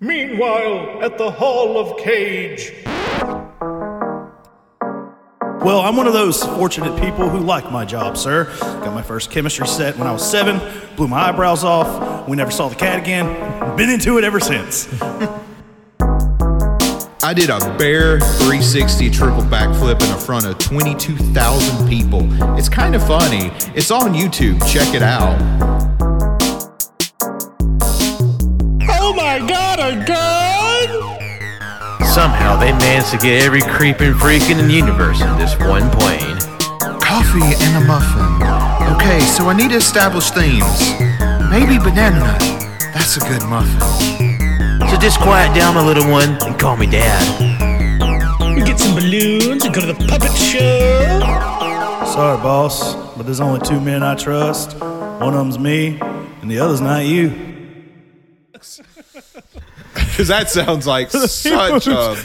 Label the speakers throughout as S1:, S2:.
S1: Meanwhile, at the Hall of Cage.
S2: Well, I'm one of those fortunate people who like my job, sir. Got my first chemistry set when I was seven, blew my eyebrows off, we never saw the cat again. Been into it ever since.
S3: I did a bare 360 triple backflip in front of 22,000 people. It's kind of funny. It's on YouTube. Check it out.
S4: Oh my god, a gun!
S5: Somehow they managed to get every creep and freak in the universe in this one plane.
S3: Coffee and a muffin. Okay, so I need to establish themes. Maybe banana nut. That's a good muffin.
S5: So just quiet down, my little one, and call me dad.
S4: We get some balloons and go to the puppet show.
S2: Sorry, boss, but there's only two men I trust. One of them's me, and the other's not you.
S3: Because that sounds like such a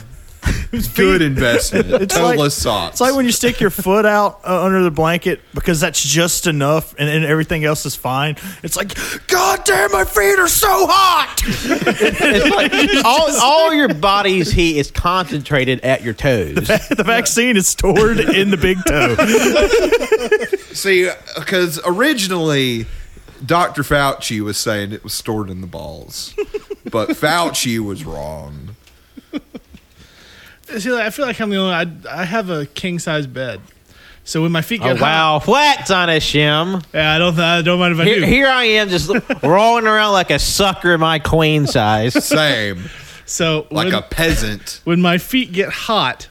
S3: good investment. Total socks.
S2: It's like when you stick your foot out uh, under the blanket because that's just enough and, and everything else is fine. It's like, God damn, my feet are so hot!
S6: all, all your body's heat is concentrated at your toes.
S2: the vaccine is stored in the big toe.
S3: See, because originally Dr. Fauci was saying it was stored in the balls, but Fauci was wrong.
S7: See, like, I feel like I'm the only. I, I have a king size bed, so when my feet
S6: Oh,
S7: get hot,
S6: wow, flat on a shim.
S7: yeah, I don't. I don't mind if I
S6: Here,
S7: do.
S6: here I am, just rolling around like a sucker in my queen size.
S3: Same,
S7: So
S3: like
S7: when,
S3: a peasant.
S7: when my feet get hot,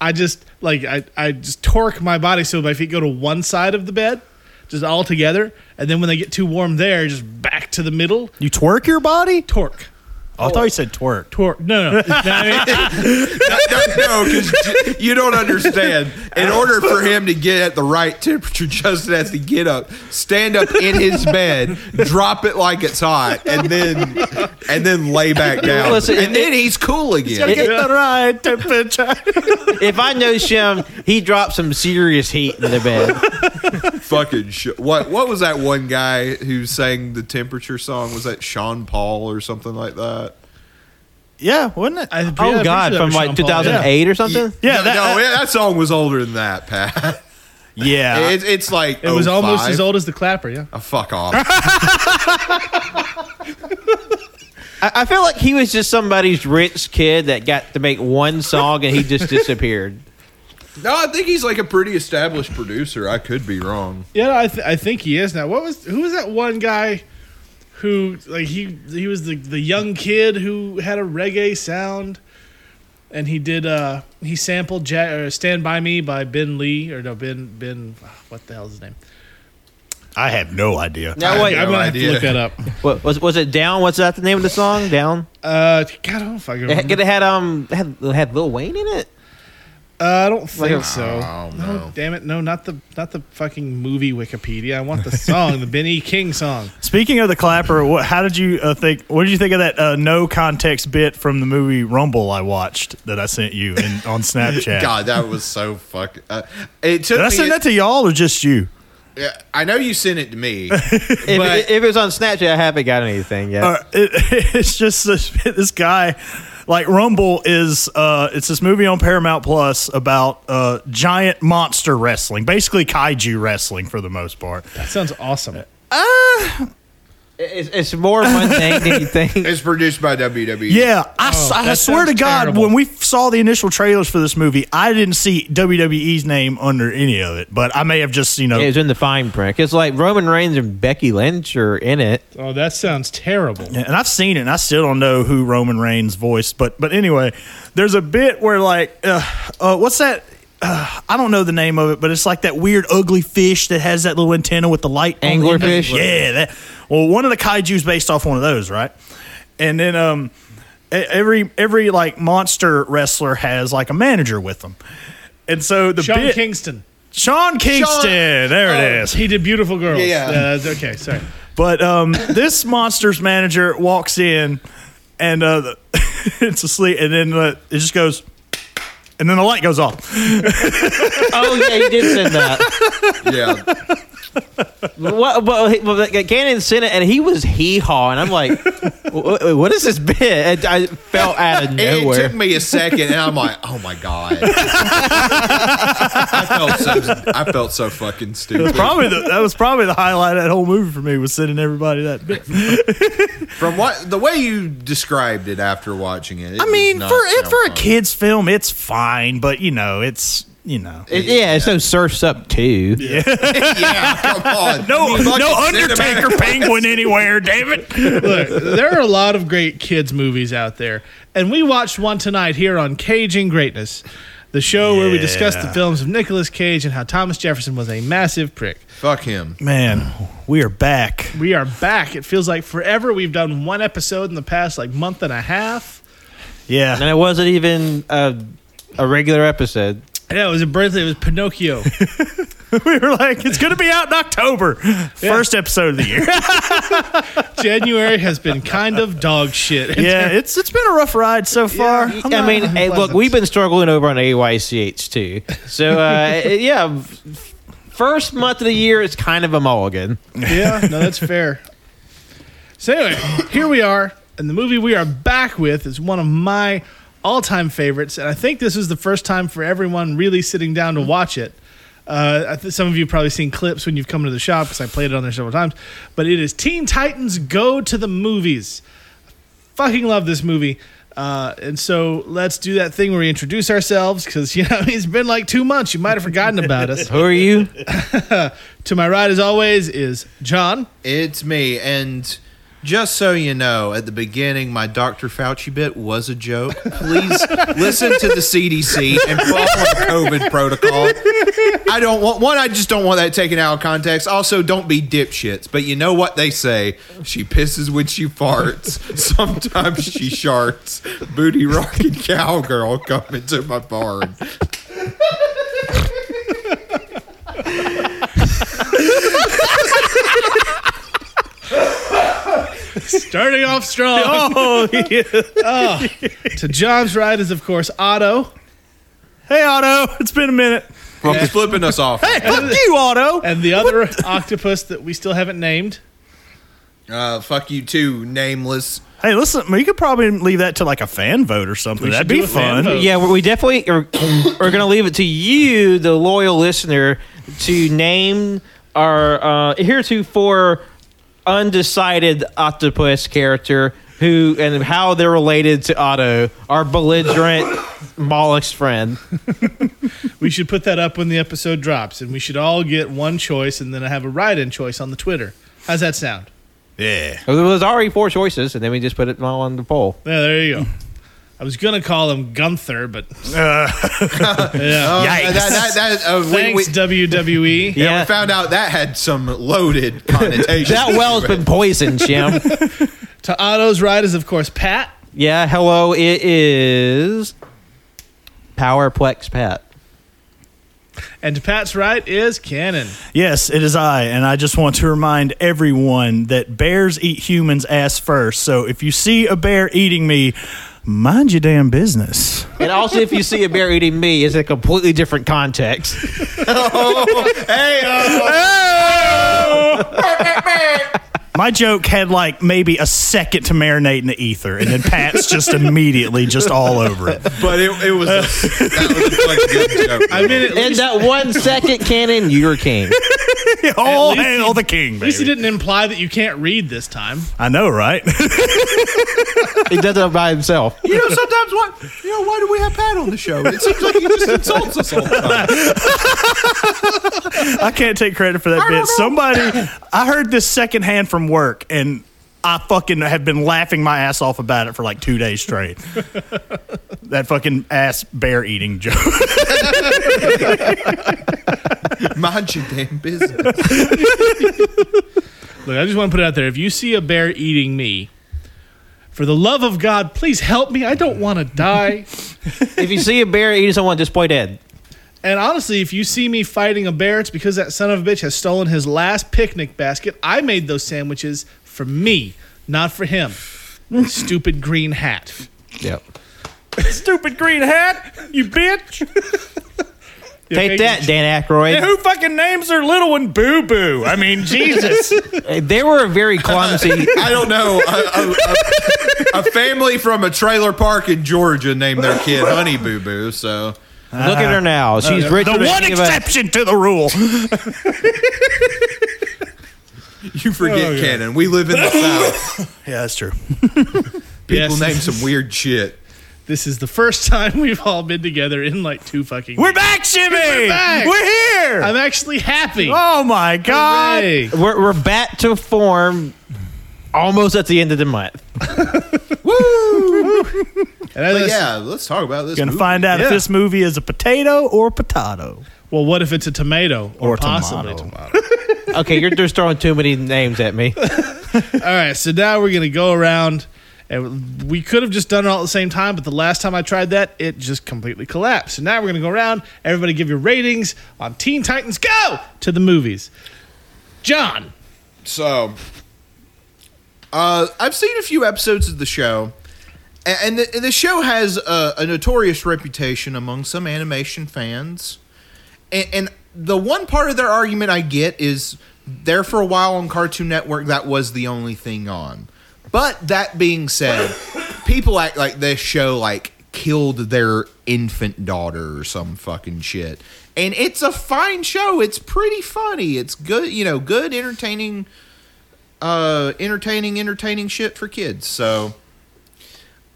S7: I just like I, I just torque my body so my feet go to one side of the bed, just all together, and then when they get too warm there, just back to the middle.
S2: You twerk your body?
S7: Torque,
S2: I thought you said twerk.
S7: torque. No, no, no. I mean,
S3: No, no, because you don't understand. In order for him to get at the right temperature, Justin has to get up, stand up in his bed, drop it like it's hot, and then and then lay back down.
S6: Listen,
S3: and then he's cool again.
S6: It-
S2: the right temperature.
S6: if I know Shim, he drops some serious heat into the bed.
S3: fucking sh- what what was that one guy who sang the temperature song was that Sean Paul or something like that
S2: yeah, wasn't it?
S7: I- yeah, I'm
S6: Oh
S7: pretty sure
S6: God,
S7: that
S6: from
S7: was
S6: like
S7: Sean Paul, yeah.
S6: 2008 or something.
S2: Yeah,
S3: no,
S2: that-
S3: no,
S2: that-
S3: yeah, that song was older than that Pat
S2: yeah.
S3: it's, it's like
S7: It was almost
S3: 05.
S7: as old as the clapper. Yeah.
S3: oh, fuck off
S6: I, I feel like he was just somebody's rich kid that got to make one song and he just disappeared.
S3: no I think he's like a pretty established producer I could be wrong
S7: Yeah, I, th- I think he is now. What was who was that one guy who like he he was the the young kid who had a reggae sound, and he did uh he sampled ja- or "Stand by Me" by Ben Lee or no Ben Ben what the hell's his name?
S2: I have no idea.
S6: Now wait,
S3: I have
S7: I'm
S3: no
S7: gonna
S3: idea.
S7: have to look that up.
S6: what, was was it down? What's that the name of the song? Down.
S7: Uh, God, I don't fucking
S6: It had,
S7: remember.
S6: it had um it had, it had Lil Wayne in it.
S7: Uh, I don't think
S6: a-
S7: so.
S3: I don't
S7: No,
S3: know.
S7: damn it, no, not the not the fucking movie Wikipedia. I want the song, the Benny King song.
S2: Speaking of the clapper, what, how did you uh, think? What did you think of that uh, no context bit from the movie Rumble I watched that I sent you in, on Snapchat?
S3: God that was so fucking uh, it took
S2: Did I
S3: me
S2: send that to y'all or just you?
S3: I know you sent it to me
S6: If,
S3: But-
S6: if it was on Snapchat, I haven't got anything yet.
S2: Uh, it, it's just this, this guy. Like Rumble is, uh, it's this movie on Paramount Plus about uh, giant monster wrestling, basically kaiju wrestling for the most part.
S7: That sounds awesome.
S3: Uh,
S6: It's, it's more mundane than you think.
S3: it's produced by E. WWE
S2: Yeah, I, s-
S7: Oh,
S2: I
S7: that
S2: swear to
S7: sounds
S2: God,
S7: terrible.
S2: when we f- saw the initial trailers for this movie, I didn't see WWE's name under any of it, but I may have just you know.
S6: It was in the fine print. It's like Roman Reigns and Becky Lynch are in it.
S7: Oh, that sounds terrible.
S2: and I've seen it, and I still don't know who Roman Reigns voiced, but but anyway, there's a bit where like, uh, uh, what's that? Uh, I don't know the name of it, but it's like that weird ugly fish that has that little antenna with the light. on the end of it.
S6: Anglerfish?
S2: Yeah. That, well, one of the kaiju's based off one of those, right? And then um, e- every every like monster wrestler has like a manager with them. And so the
S7: Sean
S2: bit,
S7: Kingston.
S2: Sean Kingston, there it is.
S7: He did beautiful girls.
S3: Yeah.
S7: Uh, okay, sorry.
S2: But um, this monster's manager walks in, and uh, the, it's asleep, and then uh, it just goes, and then the light goes off.
S6: Oh yeah, you did send that.
S3: yeah
S6: What, but, but like, Cannon sent it, and he was hee haw, and I'm like, "Wha- "What is this bit?" And I fell out of
S3: It
S6: nowhere.
S3: took me a second, and I'm like, "Oh my god!" I felt so I felt so fucking stupid.
S2: Probably the, that was probably the highlight of that whole movie for me was sending everybody that. bit.
S3: From what the way you described it after watching it, it
S2: I mean,
S3: does
S2: for
S3: not
S2: it
S3: sound
S2: for a
S3: fun.
S2: kids film, it's fine, but you know, it's you know,
S6: It- yeah, it's no Surf's Up too.
S3: yeah, come on,
S2: no
S3: You fucking
S2: no
S3: cinematic-
S2: Undertaker penguin anywhere, David.
S7: Look, there are a lot of great kids movies out there, and we watched one tonight here on Caging Greatness, the show where we discuss the
S2: Yeah.
S7: films of Nicolas Cage and how Thomas Jefferson was a massive prick.
S3: Fuck him.
S2: Man, we are back.
S7: We are back. It feels like forever. We've done one episode in the past like month and a half.
S2: Yeah,
S6: And it wasn't even a, a regular episode.
S7: Yeah, it was a birthday. It was Pinocchio.
S2: we were like, it's gonna be out in October, first episode of the year.
S7: January has been kind of dog shit.
S2: yeah, it's it's been a rough ride so far. I'm
S6: I
S2: not-
S6: mean, hey, look,
S7: unpleasant.
S6: we've been struggling over on AYCH too. So uh, yeah, f- first month of the year is kind of a mulligan.
S7: Yeah, no, that's fair. So anyway, here we are, and the movie we are back with is one of my all-time favorites, and I think this is the first time for everyone really sitting down to watch it. Uh, I th- some of you have probably seen clips when you've come to the shop because I played it on there several times. But it is Teen Titans Go to the Movies. Fucking love this movie. Uh, and so let's do that thing where we introduce ourselves because you know it's been like two months. You might have forgotten about us.
S6: Who are you?
S7: to my right, as always, is John.
S3: It's me. And just so you know, at the beginning, my Dr. Fauci bit was a joke. Please listen to the CDC and follow COVID protocol. I don't want one. I just don't want that taken out of context. Also, don't be dipshits. But you know what they say: she pisses when she farts. Sometimes she sharts. Booty rocking cowgirl come into my barn.
S7: Starting off strong.
S2: oh yeah.
S7: Ah, To John's right is, of course, Otto.
S2: Hey Otto, it's been a minute.
S3: He's flipping us off.
S2: Fuck you, Otto.
S7: And the other octopus that we still haven't named.
S3: Uh, fuck you too, nameless.
S2: Hey, listen, we could probably leave that to like a fan vote or something. That'd
S7: should
S2: be
S7: do a fan
S2: fun.
S7: vote.
S6: Yeah, we we definitely are, are going to leave it to you, the loyal listener, to name our uh, heretofore undecided octopus character who and how they're related to Otto, our belligerent Moloch's friend.
S7: We should put that up when the episode drops, and we should all get one choice, and then I have a write-in choice on the Twitter. How's that sound?
S2: Yeah.
S6: There was already four choices, and then we just put it all on the poll.
S7: Yeah, there you go. I was gonna call him Gunther, but
S2: Yikes.
S3: Uh, that- that- that- uh, we- we-
S7: thanks E. WWE.
S3: Yeah, we found out that had some loaded connotations.
S6: that well's been poisoned, Jim.
S7: To Otto's right is, of course, Pat.
S6: yeah, hello, it is Powerplex Pat.
S7: And to Pat's right is Cannon.
S2: Yes, it is I, and I just want to remind everyone that bears eat humans ass first. So if you see a bear eating me, mind your damn business.
S6: And also, if you see a bear eating me, it's a completely different context.
S3: hey, uh,
S2: My joke had like maybe a second to marinate in the ether, and then Pat's just immediately just all over it.
S3: but it, it was a, that was a fucking good joke.
S7: I mean, at
S6: In
S7: least,
S6: that one second, Cannon, you're king.
S2: All
S7: least he-
S2: hail the king,
S7: at least he
S2: baby.
S7: didn't imply that you can't read this time.
S2: I know, right?
S6: He does it by himself.
S3: you know, sometimes why you know why do we have Pat on the show? It seems like he just insults us all the time.
S2: I can't take credit for that bit. Somebody, I heard this secondhand from work, and I fucking have been laughing my ass off about it for like two days straight. that fucking ass bear eating joke.
S3: Mind your damn business.
S7: Look, I just want to put it out there. If you see a bear eating me, for the love of God, please help me. I don't want to die.
S6: If you see a bear eating someone, just play dead.
S7: and honestly, if you see me fighting a bear, it's because that son of a bitch has stolen his last picnic basket. I made those sandwiches for me, not for him. Stupid green hat.
S6: Yep.
S2: Stupid green hat, you bitch.
S6: Take that, Dan Aykroyd.
S2: And who fucking names their little one Boo Boo? I mean, Jesus.
S6: Uh, They were very clumsy.
S3: I don't know. A, a, a, a family from a trailer park in Georgia named their kid Honey Boo Boo. So
S6: Look at her now. She's rich.
S2: Uh, the
S6: with a
S2: one
S6: thing of a-
S2: exception to the rule.
S3: you forget,
S7: Oh, yeah.
S3: Cannon. We live in the South.
S2: yeah, that's true.
S3: People
S7: Yes.
S3: name some weird shit.
S7: This is the first time we've all been together in like two fucking.
S2: We're back, Jimmy. We're,
S7: back.
S2: here.
S7: I'm actually happy.
S2: oh my God.
S7: Hooray.
S6: We're, we're back to form almost at the end of the month.
S7: And I
S3: But
S7: just-
S3: yeah, let's talk about this.
S2: Gonna
S3: movie.
S2: find out
S7: Yeah.
S2: if this movie is a potato or a potato.
S7: Well, what if it's a tomato or,
S2: Or
S7: possibly
S2: tomato.
S7: tomato?
S6: Okay, you're just throwing too many names at me.
S7: All right, so now we're gonna go around, and we could have just done it all at the same time, but the last time I tried that, it just completely collapsed. So now we're gonna go around. Everybody, give your ratings on Teen Titans Go to the movies. John,
S3: So, uh, I've seen a few episodes of the show, a- and the, the show has a, a notorious reputation among some animation fans. And, and the one part of their argument I get is there for a while on Cartoon Network, that was the only thing on. But that being said, people act like this show like killed their infant daughter or some fucking shit. And it's a fine show. It's pretty funny. It's good, you know, good entertaining uh entertaining entertaining shit for kids. So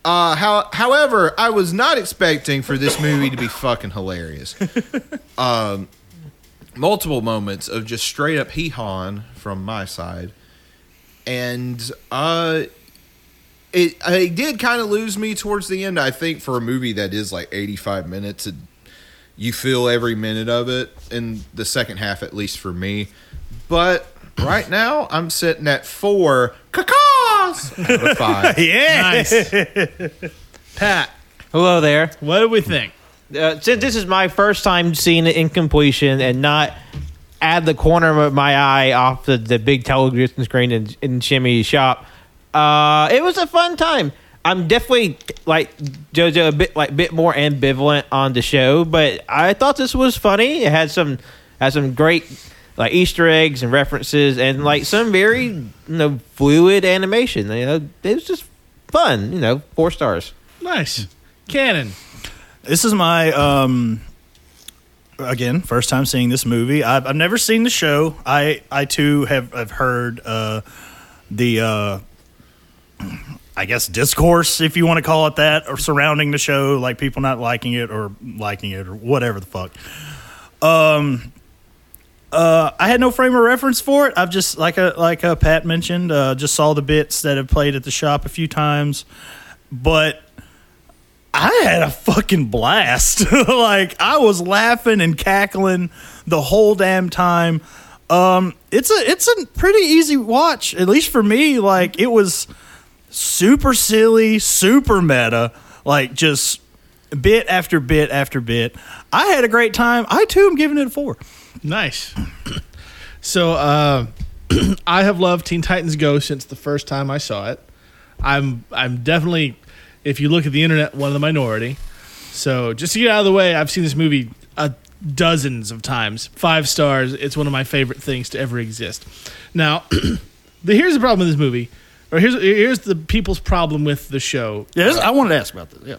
S3: uh how however, I was not expecting for this movie to be fucking hilarious Um, multiple moments of just straight up hee hawing from my side. And uh it it did kind of lose me towards the end, I think, for a movie that is like eighty five minutes and you feel every minute of it in the second half at least for me. But right now I'm sitting at four cacaws out of five.
S2: Yeah.
S7: nice. Pat,
S6: Hello there.
S7: what do we think?
S6: Uh, since this is my first time seeing it in completion and not at the corner of my eye off the, the big television screen in, in Jimmy's shop, uh, it was a fun time. I'm definitely like JoJo a bit like bit more ambivalent on the show, but I thought this was funny. It had some had some great like Easter eggs and references and like some very you know fluid animation. You know, it was just fun. You know, four stars.
S7: Nice. Cannon.
S2: This is my um again first time seeing this movie. I've, I've never seen the show. I I too have have heard uh the uh I guess discourse, if you want to call it that, or surrounding the show, like people not liking it or liking it or whatever the fuck. Um, uh, I had no frame of reference for it. I've just like a like a Pat mentioned, uh, just saw the bits that have played at the shop a few times, but I had a fucking blast. like I was laughing and cackling the whole damn time. Um, it's a it's a pretty easy watch, at least for me. Like it was super silly, super meta, like just bit after bit after bit. I had a great time. I too am giving it a four.
S7: Nice. So uh, I have loved Teen Titans Go since the first time I saw it. I'm I'm definitely, if you look at the internet, one of the minority. So just to get out of the way, I've seen this movie uh, dozens of times. Five stars. It's one of my favorite things to ever exist. Now, the, here's the problem with this movie, or here's here's the people's problem with the show
S2: Yes, I wanted to ask about this. Yeah.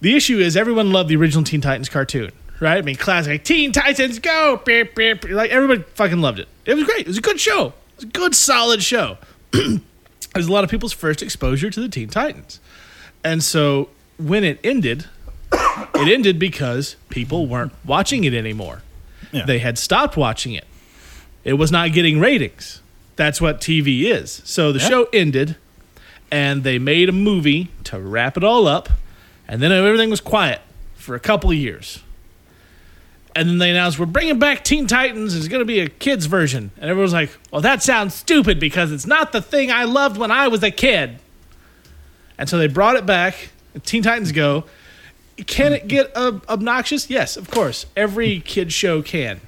S7: the issue is everyone loved the original Teen Titans cartoon, right? I mean, classic like, Teen Titans Go, beep, beep, beep. like everybody fucking loved it. It was great. It was a good show. It was a good, solid show. it was a lot of people's first exposure to the Teen Titans, and so when it ended, it ended because people weren't watching it anymore.
S2: Yeah.
S7: They had stopped watching it. It was not getting ratings. That's what TV is. So the show ended, and they made a movie to wrap it all up, and then everything was quiet for a couple of years. And then they announced we're bringing back Teen Titans. It's going to be a kids version, and everyone's like, "Well, that sounds stupid because it's not the thing I loved when I was a kid." And so they brought it back. Teen Titans Go. Can it get ob- obnoxious? Yes, of course. Every kid show can.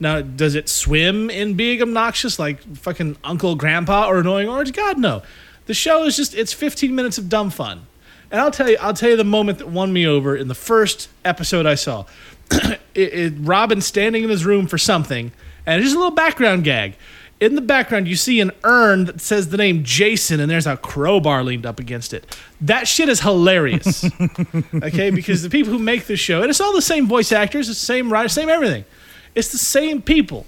S7: Now, does it swim in being obnoxious like fucking Uncle Grandpa or Annoying Orange? God, no. The show is just, it's 15 minutes of dumb fun. And I'll tell you, I'll tell you the moment that won me over in the first episode I saw. it, it, Robin standing in his room for something, and it's just a little background gag. In the background, you see an urn that says the name Jason, and there's a crowbar leaned up against it. That shit is hilarious. okay, because the people who make this show, and it's all the same voice actors, it's the same writer, same everything. It's the same people.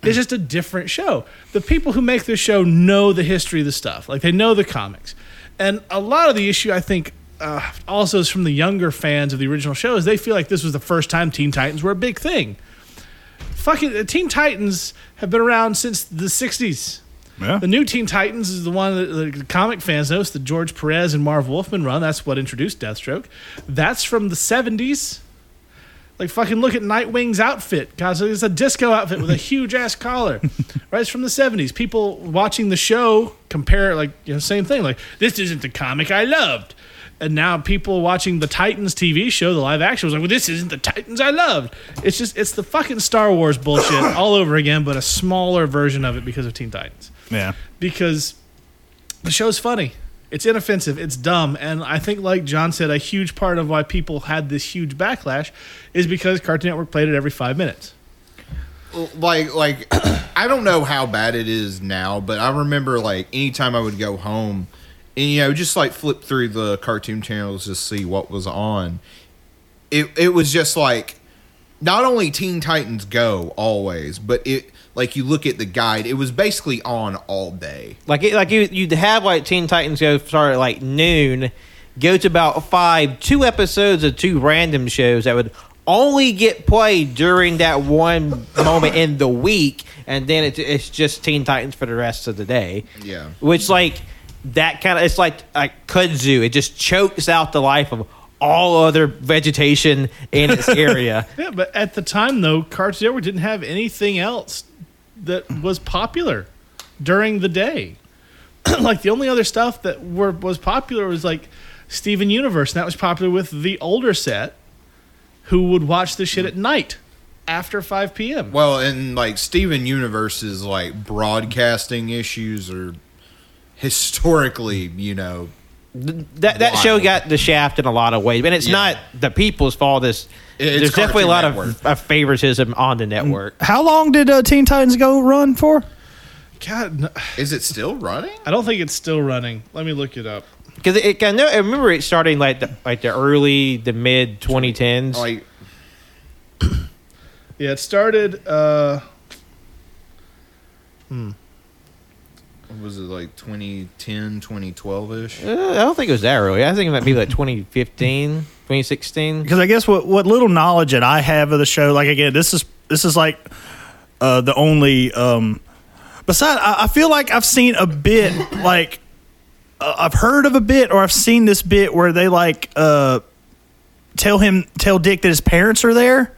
S7: It's just a different show. The people who make this show know the history of the stuff. Like they know the comics, and a lot of the issue I think uh, also is from the younger fans of the original show is they feel like this was the first time Teen Titans were a big thing. Fucking the Teen Titans have been around since the '60s.
S2: Yeah.
S7: The new Teen Titans is the one that the comic fans know. It's the George Perez and Marv Wolfman run. That's what introduced Deathstroke. That's from the '70s. Like fucking look at Nightwing's outfit. God, so it's a disco outfit with a huge ass collar. Right, it's from the seventies. People watching the show compare like you know same thing. Like this isn't the comic I loved. And now people watching the Titans TV show, the live action, was like, well, this isn't the Titans I loved. It's just it's the fucking Star Wars bullshit all over again, but a smaller version of it because of Teen Titans
S2: Yeah.
S7: because the show's funny. It's inoffensive. It's dumb. And I think, like John said, a huge part of why people had this huge backlash is because Cartoon Network played it every five minutes.
S3: like like I don't know how bad it is now, but I remember like anytime I would go home and you know just like flip through the cartoon channels to see what was on. It it was just like not only Teen Titans Go always, but it like you look at the guide, it was basically on all day.
S6: Like it, like you you'd have like Teen Titans Go start at like noon, go to about five, two episodes of two random shows that would only get played during that one moment in the week, and then it, it's just Teen Titans for the rest of the day.
S3: Yeah.
S6: which like that kind of it's like like kudzu. It just chokes out the life of all other vegetation in its area.
S7: Yeah, but at the time, though, Cartoon Network didn't have anything else that was popular during the day. like the only other stuff that were was popular was like Steven Universe, and that was popular with the older set who would watch this shit at night after 5 p.m.
S3: Well, and like Steven Universe's like broadcasting issues are historically, you know,
S6: that that show
S3: Wild.
S6: got the shaft in a lot of ways, and it's
S3: Yeah.
S6: not the people's fault. This
S3: It- it's
S6: there's definitely a
S3: Cartoon
S6: lot
S3: Network.
S6: of, of favoritism on the network.
S2: How long did uh, Teen Titans Go run for?
S7: God, no-
S3: is it still running?
S7: I don't think it's still running. Let me look it up.
S3: Mm.
S6: Because it, it- I know I remember it starting like the, like the early the mid 2010s.
S3: Like
S7: Yeah, it started. Uh,
S3: what was it like 2010, 2012 ish?
S6: Uh, I don't think it was that early. I think it might be like 2015,
S7: Mm-hmm.
S6: 2016.
S2: Because I guess what what little knowledge that I have of the show, like again, this is this is like uh, the only. Um, beside, I, I feel like I've seen a bit like uh, I've heard of a bit, or I've seen this bit where they like uh, tell him tell Dick that his parents are there.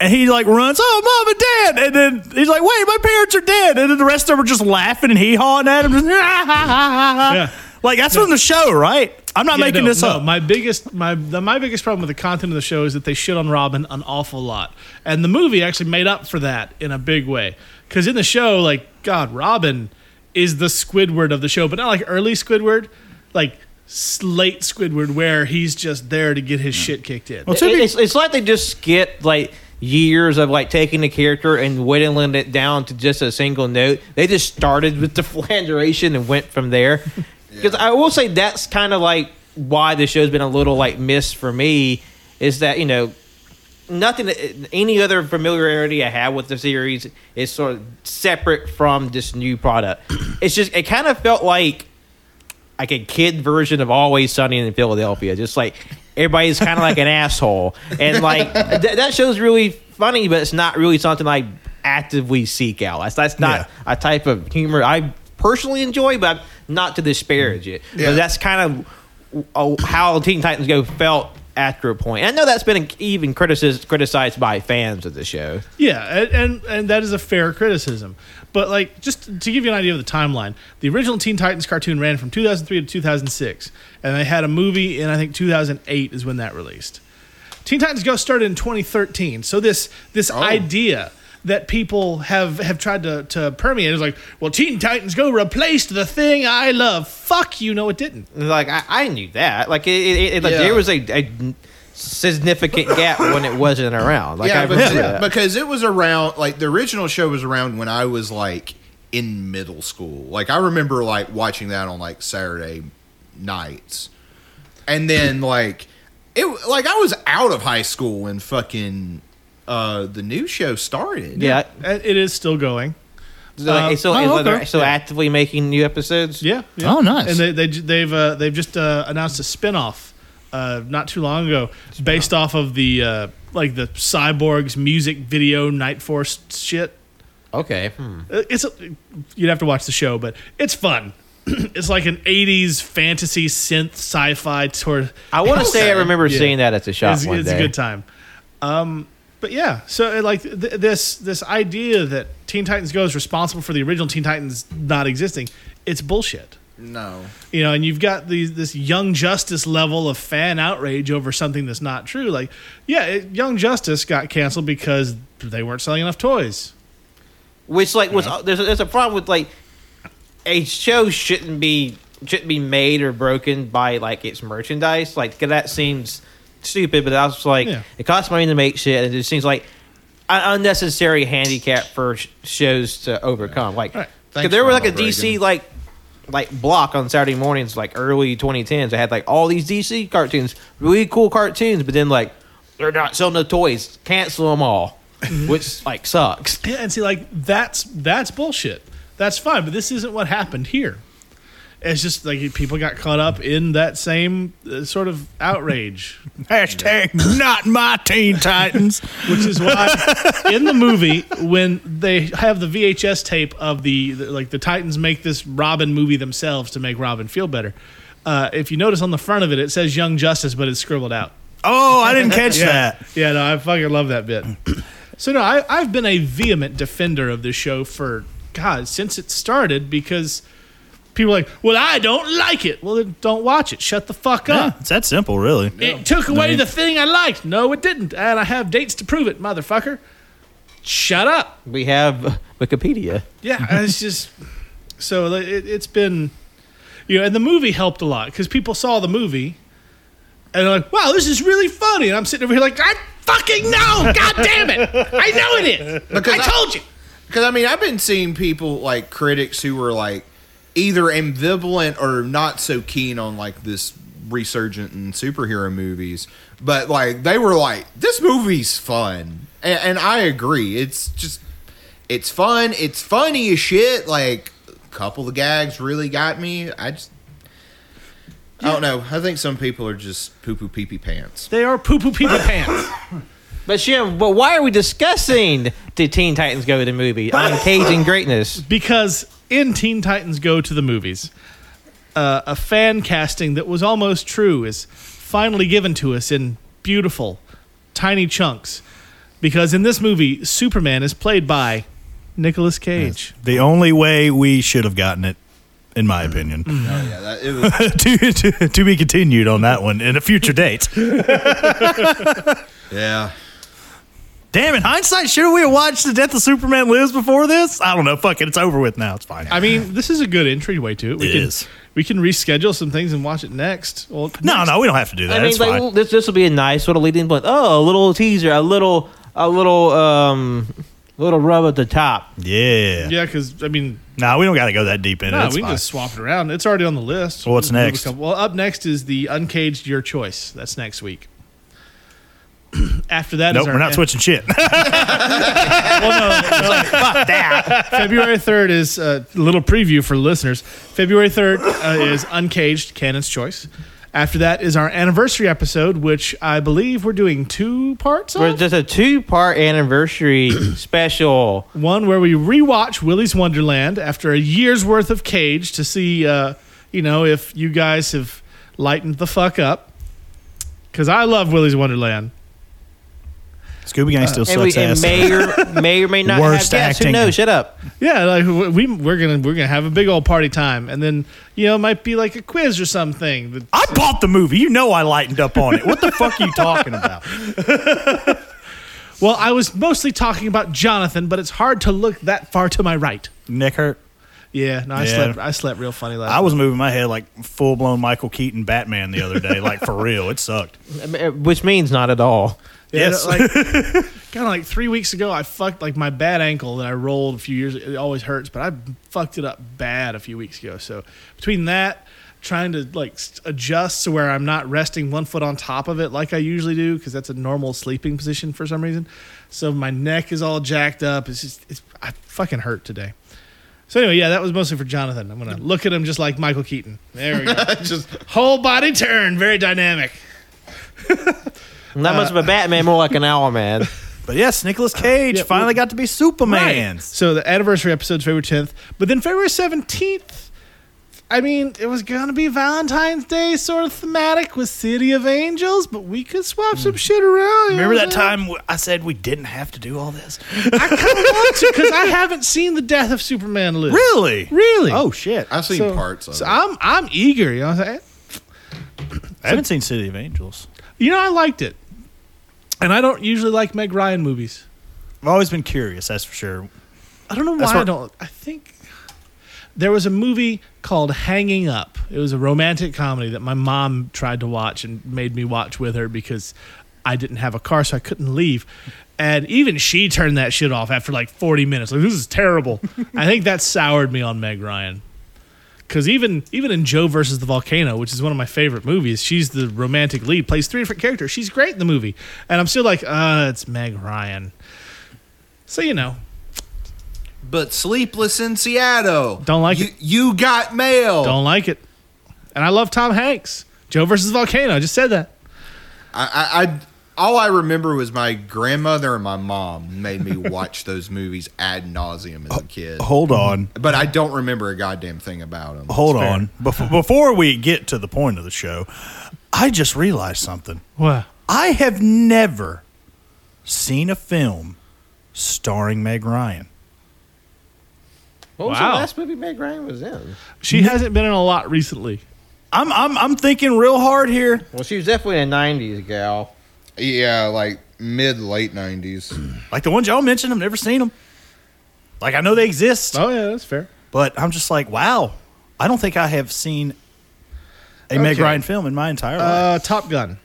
S2: And he like runs, oh mom and dad, and then he's like, wait, my parents are dead, and then the rest of them are just laughing and hee hawing at him.
S7: Yeah.
S2: Like that's from the show, right? I'm not
S7: yeah,
S2: making
S7: no,
S2: this
S7: no,
S2: up.
S7: My biggest my the, my biggest problem with the content of the show is that they shit on Robin an awful lot, and the movie actually made up for that in a big way. Because in the show, like God, Robin is the Squidward of the show, but not like early Squidward, like s- late Squidward, where he's just there to get his shit kicked in.
S6: It- it's, it's like they just skipped like years of like taking the character and whittling it down to just a single note. They just started with the flanderation and went from there. Because I will say that's kind of like why the show's been a little like missed for me is that you know nothing any other familiarity I have with the series is sort of separate from this new product. It's just it kind of felt like like a kid version of Always Sunny in Philadelphia. Just like everybody's kind of like an asshole, and like th- that show's really funny, but it's not really something I actively seek out. That's that's not a type of humor I personally enjoy, but not to disparage it. But that's kind of uh, how Teen Titans Go felt after a point. And I know that's been even criticized criticized by fans of the show.
S7: Yeah, and, and and that is a fair criticism. But like, just to give you an idea of the timeline, the original Teen Titans cartoon ran from 2003 to 2006, and they had a movie in I think 2008 is when that released. Teen Titans Go started in 2013, so this this idea that people have have tried to to permeate. It's like, well, Teen Titans Go replaced the thing I love. Fuck you, no, it didn't.
S6: Like I, I knew that. Like it, it, it like
S3: Yeah.
S6: there was a, a significant gap when it wasn't around. Like I
S3: yeah, but-
S6: remember
S3: yeah,
S6: that.
S3: because it was around like the original show was around when I was like in middle school. Like I remember like watching that on like Saturday nights, and then like it like I was out of high school when fucking uh the new show started.
S6: yeah.
S7: It it is still going.
S6: So, like,
S7: Uh,
S6: so,
S7: oh,
S6: so they're
S7: okay.
S6: so actively making new episodes.
S7: Yeah. yeah.
S2: Oh, nice.
S7: And they, they ju- they've uh, they've just uh, announced a spinoff uh, not too long ago, based off of the uh, like the cyborgs music video Night Force shit.
S6: Okay. Hmm.
S7: Uh, It's you'd have to watch the show, but it's fun. it's like an '80s fantasy synth sci-fi tour.
S6: I want to say I remember
S7: Yeah.
S6: seeing that at the shop
S7: It's,
S6: one
S7: it's
S6: day.
S7: a good time. Um, but yeah, so uh, like th- this this idea that Teen Titans Go is responsible for the original Teen Titans not existing, it's bullshit.
S3: No.
S7: You know, and you've got these this Young Justice level of fan outrage over something that's not true. Like, yeah, it, Young Justice got canceled because they weren't selling enough toys.
S6: Which like was uh, there's a, there's a problem with like a show shouldn't be shouldn't be made or broken by like its merchandise. Like 'cause that seems stupid, but I was like
S7: Yeah.
S6: it costs money to make shit, and it just seems like an unnecessary handicap for sh- shows to overcome. Like 'cause
S3: Thanks,
S6: there was like a
S3: Ronald
S6: DC
S3: Reagan.
S6: like like block on Saturday mornings, like early 2010s. I had like all these DC cartoons, really cool cartoons, but then like they're not selling the toys. Cancel them all, which like sucks.
S7: Yeah, and see, like that's that's bullshit. That's fine, but this isn't what happened here. It's just like people got caught up in that same uh, sort of outrage,
S2: Hashtag not my Teen Titans.
S7: which is why in the movie when they have the VHS tape of the, the like the Titans make this Robin movie themselves to make Robin feel better. Uh, if you notice on the front of it, it says Young Justice, but it's scribbled out.
S2: Oh, I didn't catch
S7: Yeah.
S2: that.
S7: Yeah, no, I fucking love that bit. so no, I, I've been a vehement defender of this show for God since it started because people are like, well, I don't like it. Well, then don't watch it. Shut the fuck
S2: Yeah,
S7: up.
S2: it's that simple, really.
S7: It took away the thing I liked. No, it didn't, and I have dates to prove it, motherfucker. Shut up.
S6: We have Wikipedia.
S7: Yeah, and it's just so like, it, it's been, you know, and the movie helped a lot because people saw the movie. And they're like, wow, this is really funny. And I'm sitting over here like, I fucking know. God damn it. I know it is.
S3: Because
S7: I,
S3: I-
S7: told you.
S3: Because I mean, I've been seeing people like critics who were like either ambivalent or not so keen on like this resurgent in superhero movies, but like they were like, "This movie's fun," and, and I agree. It's just it's fun. It's funny as shit. Like a couple of the gags really got me. I just. I don't know. I think some people are just poo poo pee pee pants.
S7: They are poo poo pee pee pants.
S6: But Jim, but why are we discussing the Teen Titans Go to the movie on Caging Greatness?
S7: Because in Teen Titans Go to the Movies, uh, a fan casting that was almost true is finally given to us in beautiful, tiny chunks. Because in this movie, Superman is played by Nicolas Cage.
S2: The only way we should have gotten it, in my opinion.
S7: Mm.
S3: Yeah, that, it was
S2: to, to, to be continued on that one in a future date.
S3: yeah.
S2: Damn, in hindsight, should we have watched The Death of Superman Lives before this? I don't know. Fuck it. It's over with now. It's fine.
S7: I mean, this is a good entryway to it. We
S2: It
S7: can,
S2: is.
S7: We can reschedule some things and watch it next. Well,
S2: no, no, we don't have to do that.
S6: I mean,
S2: it's
S6: like
S2: fine.
S6: well, this this will be a nice little leading point. Oh, a little teaser, a little, a little, um, little rub at the top.
S2: yeah.
S7: Yeah, because I mean,
S2: No, we don't got to go that deep in
S7: no,
S2: it.
S7: we
S2: It's
S7: can
S2: fine.
S7: just swap it around. It's already on the list.
S2: Well, what's
S7: We'll move a
S2: next?
S7: couple- well, up next is the uncaged your choice. That's next week. After that, is
S2: Nope,
S7: our-
S2: we're not switching shit.
S7: Well, no, no. February third is uh, a little preview for listeners. February third uh, is uncaged Canon's choice. After that is our anniversary episode, which I believe we're doing two parts.
S6: We're
S7: Of?
S6: just a two-part anniversary special.
S7: One where we rewatch Willy's Wonderland after a year's worth of Cage to see, uh, you know, if you guys have lightened the fuck up. Because I love Willy's Wonderland.
S2: Scooby Gang still
S6: And, we,
S2: sucks
S6: and
S2: ass.
S6: may or may or may not
S2: Worst
S6: have guests. Who
S2: acting.
S6: knows? Shut up.
S7: Yeah, like w- we we're gonna we're gonna have a big old party time, and then you know it might be like a quiz or something. that-
S2: I bought the movie. You know I lightened up on it. What the fuck are you talking about?
S7: Well, I was mostly talking about Jonathan, but it's hard to look that far to my right.
S2: Neck hurt.
S7: Yeah, no, I
S2: Yeah.
S7: slept. I slept real funny last.
S2: I was moving my head like full blown Michael Keaton Batman the other day, like for real. It sucked.
S6: which means not at all.
S2: yes.
S7: like kind of like three weeks ago, I fucked like my bad ankle that I rolled a few years. It always hurts, but I fucked it up bad a few weeks ago. So between that, trying to like s- adjust to where I'm not resting one foot on top of it like I usually do because that's a normal sleeping position for some reason. So my neck is all jacked up. It's just it's I fucking hurt today. So anyway, yeah, that was mostly for Jonathan. I'm gonna look at him just like Michael Keaton. There we go.
S3: Just
S7: Whole body turn, very dynamic.
S6: Not much of a Batman, more like an owl man.
S2: but yes, Nicolas Cage
S7: Yeah,
S2: finally
S7: we-
S2: got to be Superman.
S7: Right. So the anniversary episode's February 10th, but then February 17th. I mean, it was gonna be Valentine's Day sort of thematic with City of Angels, but we could swap some shit around. you
S2: Hmm. Remember
S7: know
S2: that
S7: what I'm
S2: time I said we didn't have to do all this?
S7: saying? Because I haven't seen the death of Superman Luke.
S2: Really?
S7: Really?
S2: Oh shit! I
S3: I've seen parts of
S7: So
S3: it.
S7: I'm I'm eager. You know what I'm saying?
S2: haven't seen City of Angels.
S7: You know I liked it, and I don't usually like Meg Ryan movies.
S2: I've always been curious. That's for sure.
S7: I don't know
S2: That's
S7: why I
S2: what-
S7: don't. I think there was a movie called Hanging Up. It was a romantic comedy that my mom tried to watch and made me watch with her because I didn't have a car, so I couldn't leave. And even she turned that shit off after like 40 minutes. Like, this is terrible. I think that soured me on Meg Ryan. Because even even in Joe versus the Volcano, which is one of my favorite movies, she's the romantic lead, plays three different characters. She's great in the movie, and I'm still like, uh, it's Meg Ryan. So you know,
S3: But sleepless in Seattle.
S7: Don't like
S3: you,
S7: it.
S3: You got mail.
S7: Don't like it. And I love Tom Hanks. Joe versus Volcano. I just said that.
S3: I, I, I all I remember was my grandmother and my mom made me watch those movies ad nauseum as a kid.
S2: Hold on.
S3: But I don't remember a goddamn thing about them.
S2: Hold on. Bef- before we get to the point of the show, I just realized something.
S7: What?
S2: I have never seen a film starring Meg Ryan.
S6: What was
S7: Wow.
S6: the last movie Meg Ryan was in?
S7: She hasn't been in a lot recently.
S2: I'm I'm I'm thinking real hard here.
S6: Well, she was definitely a '90s gal.
S3: Yeah, like mid late nineties.
S2: Like the ones y'all mentioned, I've never seen them. Like I know they exist,
S7: Oh yeah, that's fair.
S2: but I'm just like, wow. I don't think I have seen a Meg
S7: Okay.
S2: Ryan film in my entire life.
S7: Uh, Top Gun.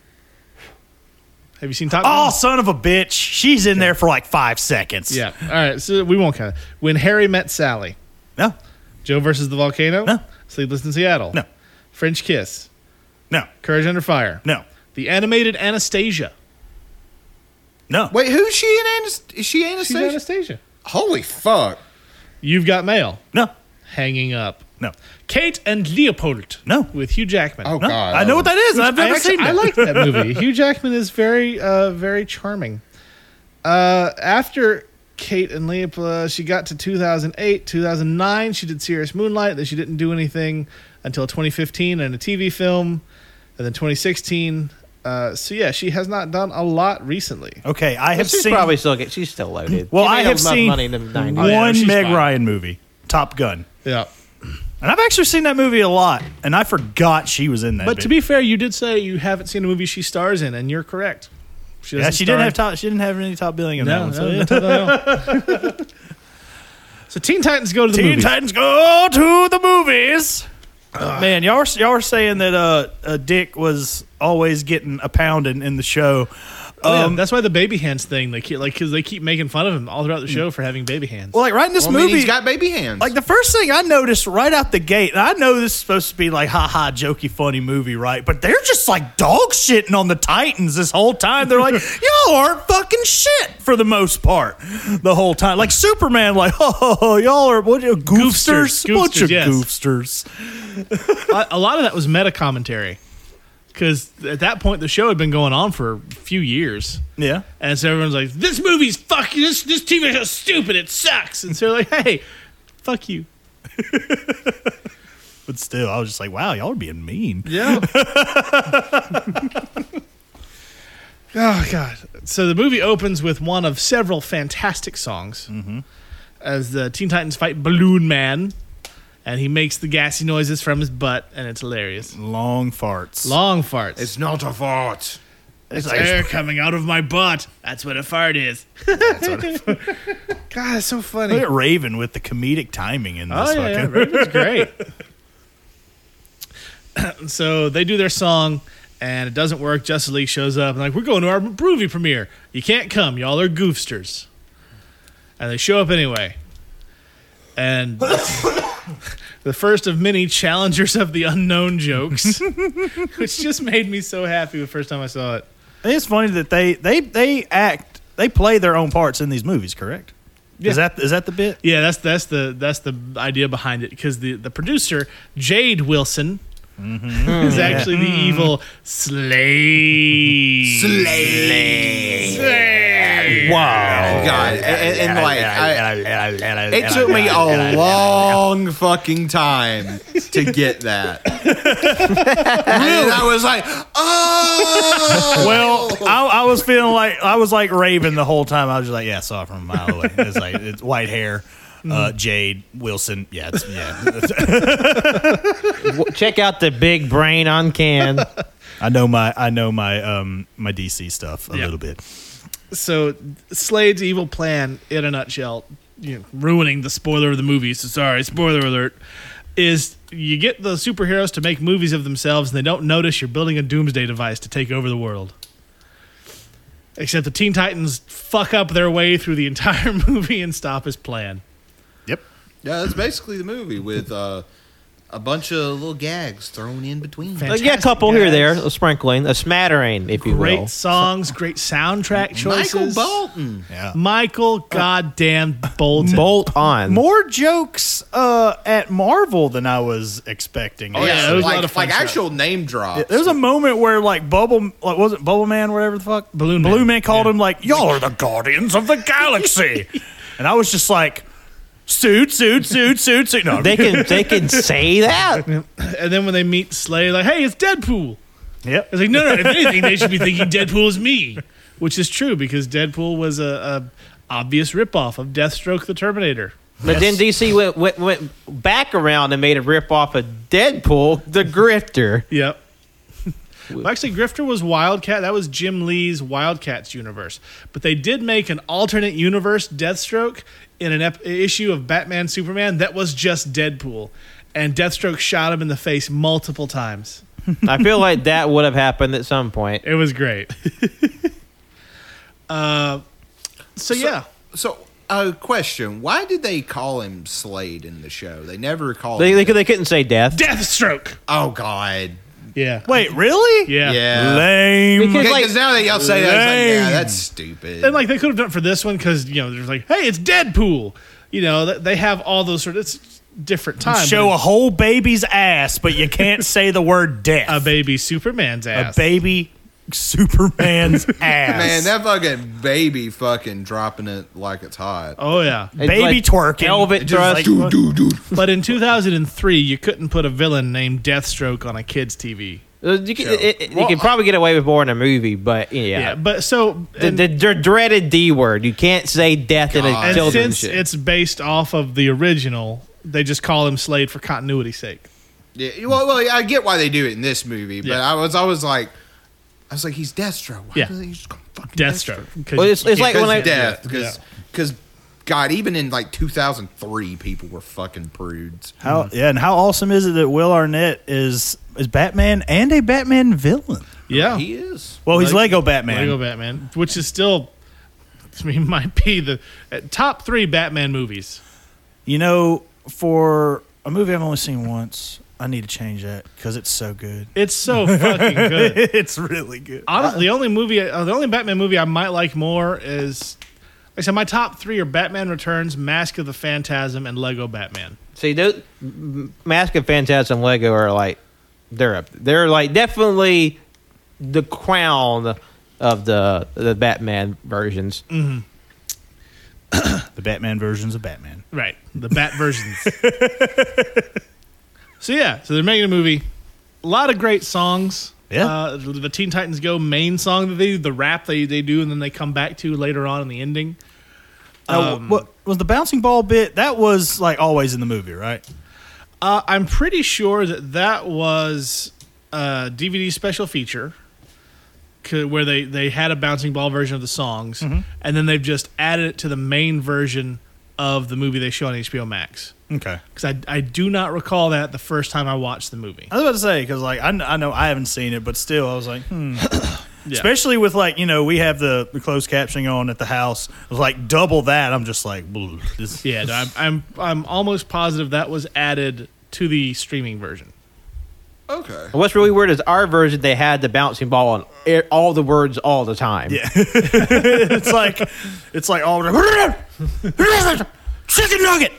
S7: Have you seen Top
S2: Oh,
S7: Gun?
S2: son of a bitch. She's in there for like five seconds.
S7: Yeah. All right. So we won't count it. When Harry met Sally.
S2: No,
S7: Joe versus the Volcano.
S2: No.
S7: Sleepless in Seattle.
S2: No.
S7: French Kiss.
S2: no,
S7: Courage Under Fire.
S2: no,
S7: The animated Anastasia.
S2: no.
S3: Wait, who's she in? Anas- is she
S7: She's
S3: Anastasia?
S7: Anastasia.
S3: Holy fuck!
S7: You've got mail.
S2: No,
S7: Hanging up.
S2: no,
S7: Kate and Leopold.
S2: No.
S7: With Hugh Jackman.
S3: Oh
S2: no.
S3: god,
S2: I know what that is. and I've
S7: I
S2: never
S7: actually-
S2: seen it.
S7: I like that movie. Hugh Jackman is very, uh, very charming. Uh, after Kate and Leopold, uh, she got to 2008, 2009. She did Serious Moonlight. Then she didn't do anything until 2015 and a TV film, and then 2016. Uh, so yeah, she has not done a lot recently.
S2: Okay, I have
S6: She's
S2: seen
S6: probably still get. She's still loaded.
S2: Well,
S6: She
S2: I
S6: made
S2: have
S6: enough
S2: seen
S6: money in the
S2: one
S6: 90s.
S7: she's
S2: Meg
S7: fine.
S2: Ryan movie, Top Gun.
S7: Yeah,
S2: And I've actually seen that movie a lot, and I forgot she was in that.
S7: but to
S2: bitch.
S7: be fair, you did say you haven't seen a movie she stars in, and you're correct. She
S2: yeah,
S7: doesn't
S2: she didn't
S7: star-
S2: have top, she didn't have any top billing in that
S7: No,
S2: one.
S7: no,
S2: So
S7: no, no, no, no. So Teen Titans go to the
S2: Teen
S7: movies.
S2: Titans go to the movies. Man, y'all are, y'all are saying that uh, uh, Dick was always getting a pounding in the show.
S7: Oh, yeah,
S2: Um,
S7: that's why the baby hands thing they keep like because they keep making fun of him all throughout the show for having baby hands.
S2: Well, like right in this
S3: Well, I mean,
S2: movie,
S3: he's got baby hands.
S2: Like the first thing I noticed right out the gate, and I know this is supposed to be like ha ha jokey funny movie, right? But they're just like dog shitting on the Titans this whole time. They're like, y'all aren't fucking shit for the most part the whole time. Like Superman, like oh y'all are what you goofsters,
S7: Goofsters,
S2: bunch of
S7: yes.
S2: goofsters.
S7: a, a lot of that was meta commentary because at that point the show had been going on for a few years,
S2: Yeah,
S7: and so everyone's like, "This movie's fucking this this TV show's stupid. It sucks." And so they're like, "Hey, fuck you."
S2: but still, I was just like, wow, y'all are being mean.
S7: Yeah. oh God! So the movie opens with one of several fantastic songs, as the Teen Titans fight Balloon Man, and he makes the gassy noises from his butt, and it's hilarious.
S2: Long farts.
S7: Long farts.
S3: it's not a fart.
S2: It's like,
S7: air coming out of my butt. That's what a fart is. God, it's so funny.
S2: look at Raven with the comedic timing in this.
S7: Oh yeah, yeah,
S2: fucking,
S7: Raven's great. so they do their song, and it doesn't work. Justice League shows up and like, we're going to our movie premiere. You can't come, y'all are goofsters. And they show up anyway. And the first of many challengers of the unknown jokes, which just made me so happy the first time I saw it.
S2: It's funny that they they they act they play their own parts in these movies. Correct? Is that is that the bit?
S7: Yeah, that's that's the that's the idea behind it because the the producer Jade Wilson is actually the evil Slade.
S2: Wow.
S3: God, and, and- and like, I, it took me a long fucking time to get that. and then I was like, oh,
S2: Well, I, I was feeling like I was like Raven the whole time. I was just like, yeah, I saw it from a mile away. It's like it's white hair, uh,
S3: Mm-hmm.
S2: Jade Wilson. Yeah, it's, yeah.
S6: W- Check out the big brain on can.
S2: I know my I know my um my DC stuff a
S7: Yeah.
S2: little bit.
S7: So Slade's evil plan, in a nutshell, you know, ruining the spoiler of the movie. So sorry, spoiler alert. Is you get the superheroes to make movies of themselves, and they don't notice you're building a doomsday device to take over the world. Except the Teen Titans fuck up their way through the entire movie and stop his plan.
S3: yeah, that's basically the movie with uh, a bunch of little gags thrown in between.
S6: Uh, yeah, a couple here, there, a sprinkling, a smattering, if you
S7: Great
S6: will.
S7: songs, great soundtrack choices.
S3: Michael Bolton.
S7: Michael goddamn Bolton.
S6: Bolt on.
S2: More jokes uh, at Marvel than I was expecting.
S7: yeah,
S3: Oh, Like-
S7: there was a
S3: like,
S7: lot of fun
S3: like
S7: stuff.
S3: actual name drops.
S2: There was a moment where like Bubble, like, was it Bubble Man, whatever the fuck,
S7: Balloon Man.
S2: Blue Man, called him like, "Y'all are the guardians of the galaxy," and I was just like, "Suit, suit, suit, suit, suit." No,
S6: They can they can say that.
S7: And then when they meet Slay, like, hey, it's Deadpool.
S2: yep.
S7: It's like, no, no, if anything, they should be thinking Deadpool is me, which is true because Deadpool was a, a obvious ripoff of Deathstroke the Terminator.
S6: But then DC went, went went back around and made a rip off of Deadpool, the Grifter.
S7: Yep. Well, Actually, Grifter was Wildcat. That was Jim Lee's Wildcats universe. But they did make an alternate universe Deathstroke in an ep- issue of Batman Superman that was just Deadpool. And Deathstroke shot him in the face multiple times.
S6: I feel like that would have happened at some point.
S7: It was great. uh, so, yeah.
S3: So, a uh, question: Why did they call him Slade in the show? They never called.
S6: They, they,
S3: him.
S6: could- they couldn't say death.
S7: Deathstroke.
S3: oh God.
S7: Yeah.
S2: Wait, really?
S7: Yeah.
S3: Yeah.
S2: Lame.
S6: Because-
S3: Because
S6: like-
S3: now they all say that, it's like, yeah,
S2: Lame.
S3: that's stupid.
S7: And like they could have done it for this one because you know they're like, hey, it's Deadpool. You know th- they have all those sort of it's different times.
S2: Show a whole baby's ass, but you can't say the word death.
S7: a baby Superman's
S2: A
S7: ass.
S2: baby Superman's ass.
S3: Man, that fucking baby fucking dropping it like it's hot.
S7: oh yeah.
S6: It's
S2: baby
S6: like
S2: twerking.
S6: Elvin thrust.
S3: Dude, dude, dude.
S7: But in 2003, you couldn't put a villain named Deathstroke on a kids' TV.
S6: Uh, you can, it- it- you can probably get away with more in a movie, but yeah.
S7: Yeah. but so
S6: the,
S7: and-
S6: the, the dreaded D word. You can't say death in a
S3: God.
S7: and
S6: children's
S7: since
S6: show.
S7: it's based off of the original, they just call him Slade for continuity's sake.
S3: Yeah, well, well, I get why they do it in this movie, but
S7: Yeah.
S3: I was always like, I was like, he's Destro. Why
S7: Yeah.
S3: do they just call him fucking
S7: Deathstroke. 'Cause
S6: Well,
S7: you-
S6: it's, it's like when I
S3: death, because
S7: Yeah.
S3: God, even in like 2003, people were fucking prudes.
S2: How, yeah, and how awesome is it that Will Arnett is is Batman and a Batman villain?
S7: yeah.
S3: He is.
S2: Well, he's
S7: Like-
S2: Lego Batman.
S7: Lego Batman, which is still, I mean, might be the uh, top three Batman movies.
S2: You know, for a movie I've only seen once, I need to change that because it's so good.
S7: It's so fucking good.
S2: it's really good.
S7: Honestly, the only movie, uh, the only Batman movie I might like more is, like I said, my top three are Batman Returns, Mask of the Phantasm, and Lego Batman.
S6: See, those M- Mask of Phantasm Lego are like they're up. They're like definitely the crown of the the Batman versions.
S7: Mm.
S2: The Batman versions of Batman.
S7: Right, the Bat versions. so yeah, so they're making a movie. A lot of great songs.
S2: Yeah.
S7: uh, the Teen Titans Go main song that they do, the rap they they do, and then they come back to later on in the ending.
S2: Now, what was the bouncing ball bit? That was like always in the movie, right?
S7: Uh, I'm pretty sure that that was a DVD special feature c- where they they had a bouncing ball version of the songs, and then they've just added it to the main version of the movie they show on HBO Max.
S2: Okay.
S7: Because I, I do not recall that the first time I watched the movie.
S2: I was about to say because like I, kn- I know I haven't seen it, but still I was like, hmm. especially with like you know we have the, the closed captioning on at the house. It was like double that. I'm just like, "Bleh, this,
S7: Yeah, no, I'm, I'm I'm almost positive that was added to the streaming version.
S3: Okay.
S6: And what's really weird is our version they had the bouncing ball on e- all the words all the time. Yeah.
S2: it's like it's like all chicken nugget.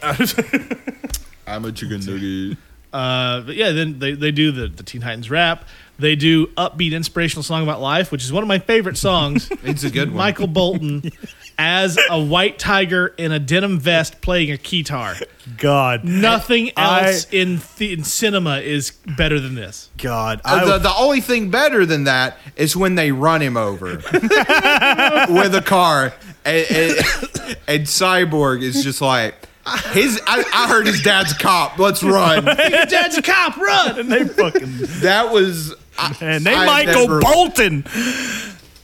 S3: I'm a chicken nugget.
S7: Uh, but yeah, then they, they do the, the Teen Titans rap. They do upbeat inspirational song about life, which is one of my favorite songs.
S3: It's a good one.
S7: Michael Bolton as a white tiger in a denim vest playing a guitar.
S2: God,
S7: Nothing
S2: I-
S7: else in the, in cinema is better than this.
S2: God,
S3: Uh, the,
S2: I,
S3: the only thing better than that is when they run him over with a car, and, and, and Cyborg is just like his. I, I heard his dad's a cop. Let's run.
S7: Your dad's a cop, run!
S2: and they fucking
S3: That was. I,
S2: and they
S3: I
S2: Michael
S3: never-
S2: Bolton.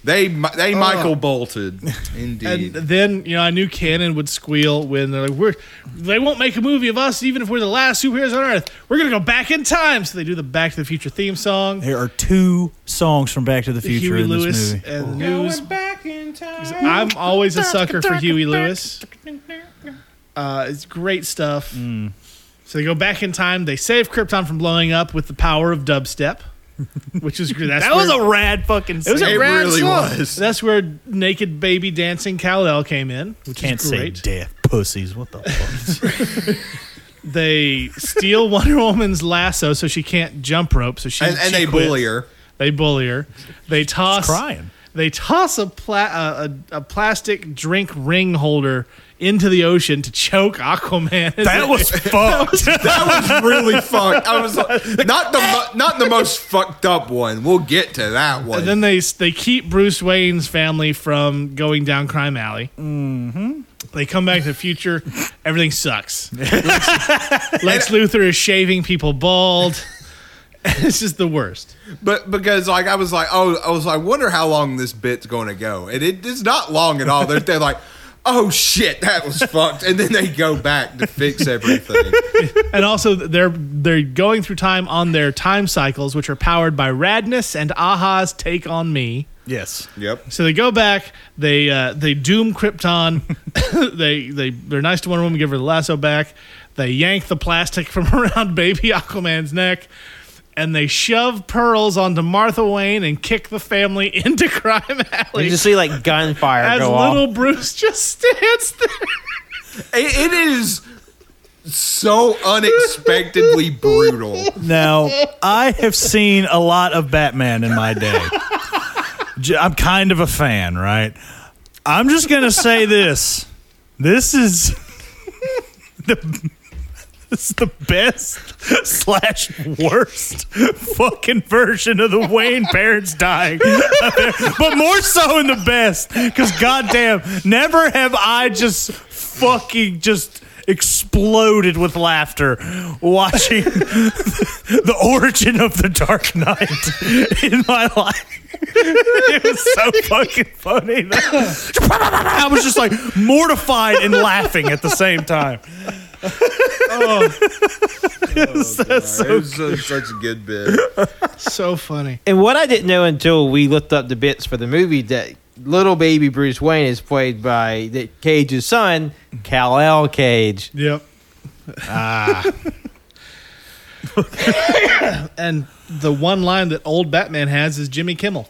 S3: They mi- they Michael bolted.
S7: And
S3: Indeed.
S7: then you know, I knew Cannon would squeal when they're like, "We're they won't make a movie of us, even if we're the last superheroes on Earth. We're gonna go back in time." So they do the Back to the Future theme song.
S2: There are two songs from Back to the Future
S7: Huey
S2: in this
S7: Lewis
S2: movie.
S7: and the News. I'm always a sucker for Huey Lewis. Uh, it's great stuff.
S2: Hmm.
S7: So they go back in time. They save Krypton from blowing up with the power of dubstep, which is great. That's
S2: That was
S7: where-
S2: a rad fucking. It
S7: was a
S3: it
S7: rad
S3: really
S7: song.
S3: was.
S7: That's where naked baby dancing Kal El came in, which
S2: can't
S7: is
S2: say
S7: great.
S2: death pussies. What the fuck?
S7: they steal Wonder Woman's lasso so she can't jump rope. So she
S3: And, and
S7: she
S3: they
S7: quits.
S3: bully her.
S7: They bully her. They toss
S2: crying.
S7: They toss a, pla- a, a a plastic drink ring holder into the ocean to choke Aquaman.
S2: That was fucked.
S3: That was really fucked. I was like, not the mo- not the most fucked up one. We'll get to that one.
S7: And then they they keep Bruce Wayne's family from going down crime alley. Mm-hmm. They come back to the future. Everything sucks. Lex, Lex Luthor is shaving people bald. it's just the worst.
S3: But because like I was like, oh, I was like, wonder how long this bit's going to go, and it is not long at all. They're, they're like, oh shit, that was fucked, and then they go back to fix everything.
S7: and also they're they're going through time on their time cycles, which are powered by Radness and Aha's Take on Me.
S2: yes.
S3: yep.
S7: So they go back, they uh, they doom Krypton, they they they're nice to Wonder Woman, give her the lasso back. They yank the plastic from around baby Aquaman's neck, and they shove pearls onto Martha Wayne and kick the family into crime alley.
S6: You just see like gunfire
S7: as
S6: go
S7: little
S6: off.
S7: Bruce just stands there.
S3: It, it is so unexpectedly brutal.
S2: Now, I have seen a lot of Batman in my day. J- I'm kind of a fan, right? I'm just going to say this. This is the this is the best slash worst fucking version of the Wayne parents dying. but more so in the best cuz goddamn, never have I just fucking just exploded with laughter watching the origin of the Dark Knight in my life. it was so fucking funny. I was just like mortified and laughing at the same time.
S3: it was su- such a good bit.
S7: So funny.
S6: And what I didn't know until we looked up the bits for the movie that little baby Bruce Wayne is played by Nick Cage's son, Cal El Cage.
S7: Yep. Ah. and the one line that old Batman has is Jimmy Kimmel,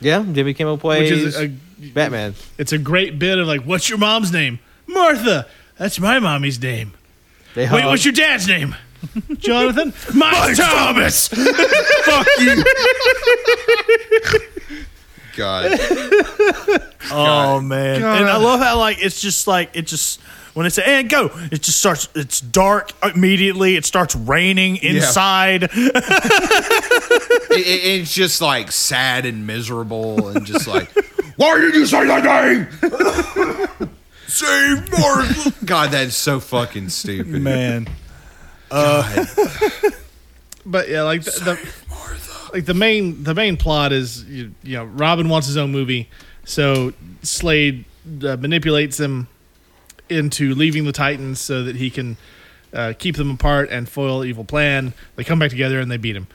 S6: Yeah, Jimmy Kimmel
S7: which
S6: plays
S7: is a,
S6: Batman.
S7: it's a great bit of like, what's your mom's name? Martha. That's my mommy's name.
S6: They
S7: Wait,
S6: hug.
S7: what's your dad's name? Jonathan. My Uh, Thomas.
S3: Fuck you. God.
S2: Oh man! And I love how like it's just like it just when it's and go, it just starts. It's dark immediately. It starts raining inside.
S3: It- it- it's just like sad and miserable and just like why did you say that name save Martha god that's so fucking stupid
S2: Man,
S7: But yeah, like the, the like the main the main plot is you, you know Robin wants his own movie, so Slade uh, manipulates him into leaving the Titans so that he can uh, keep them apart and foil evil plan. They come back together and they beat him.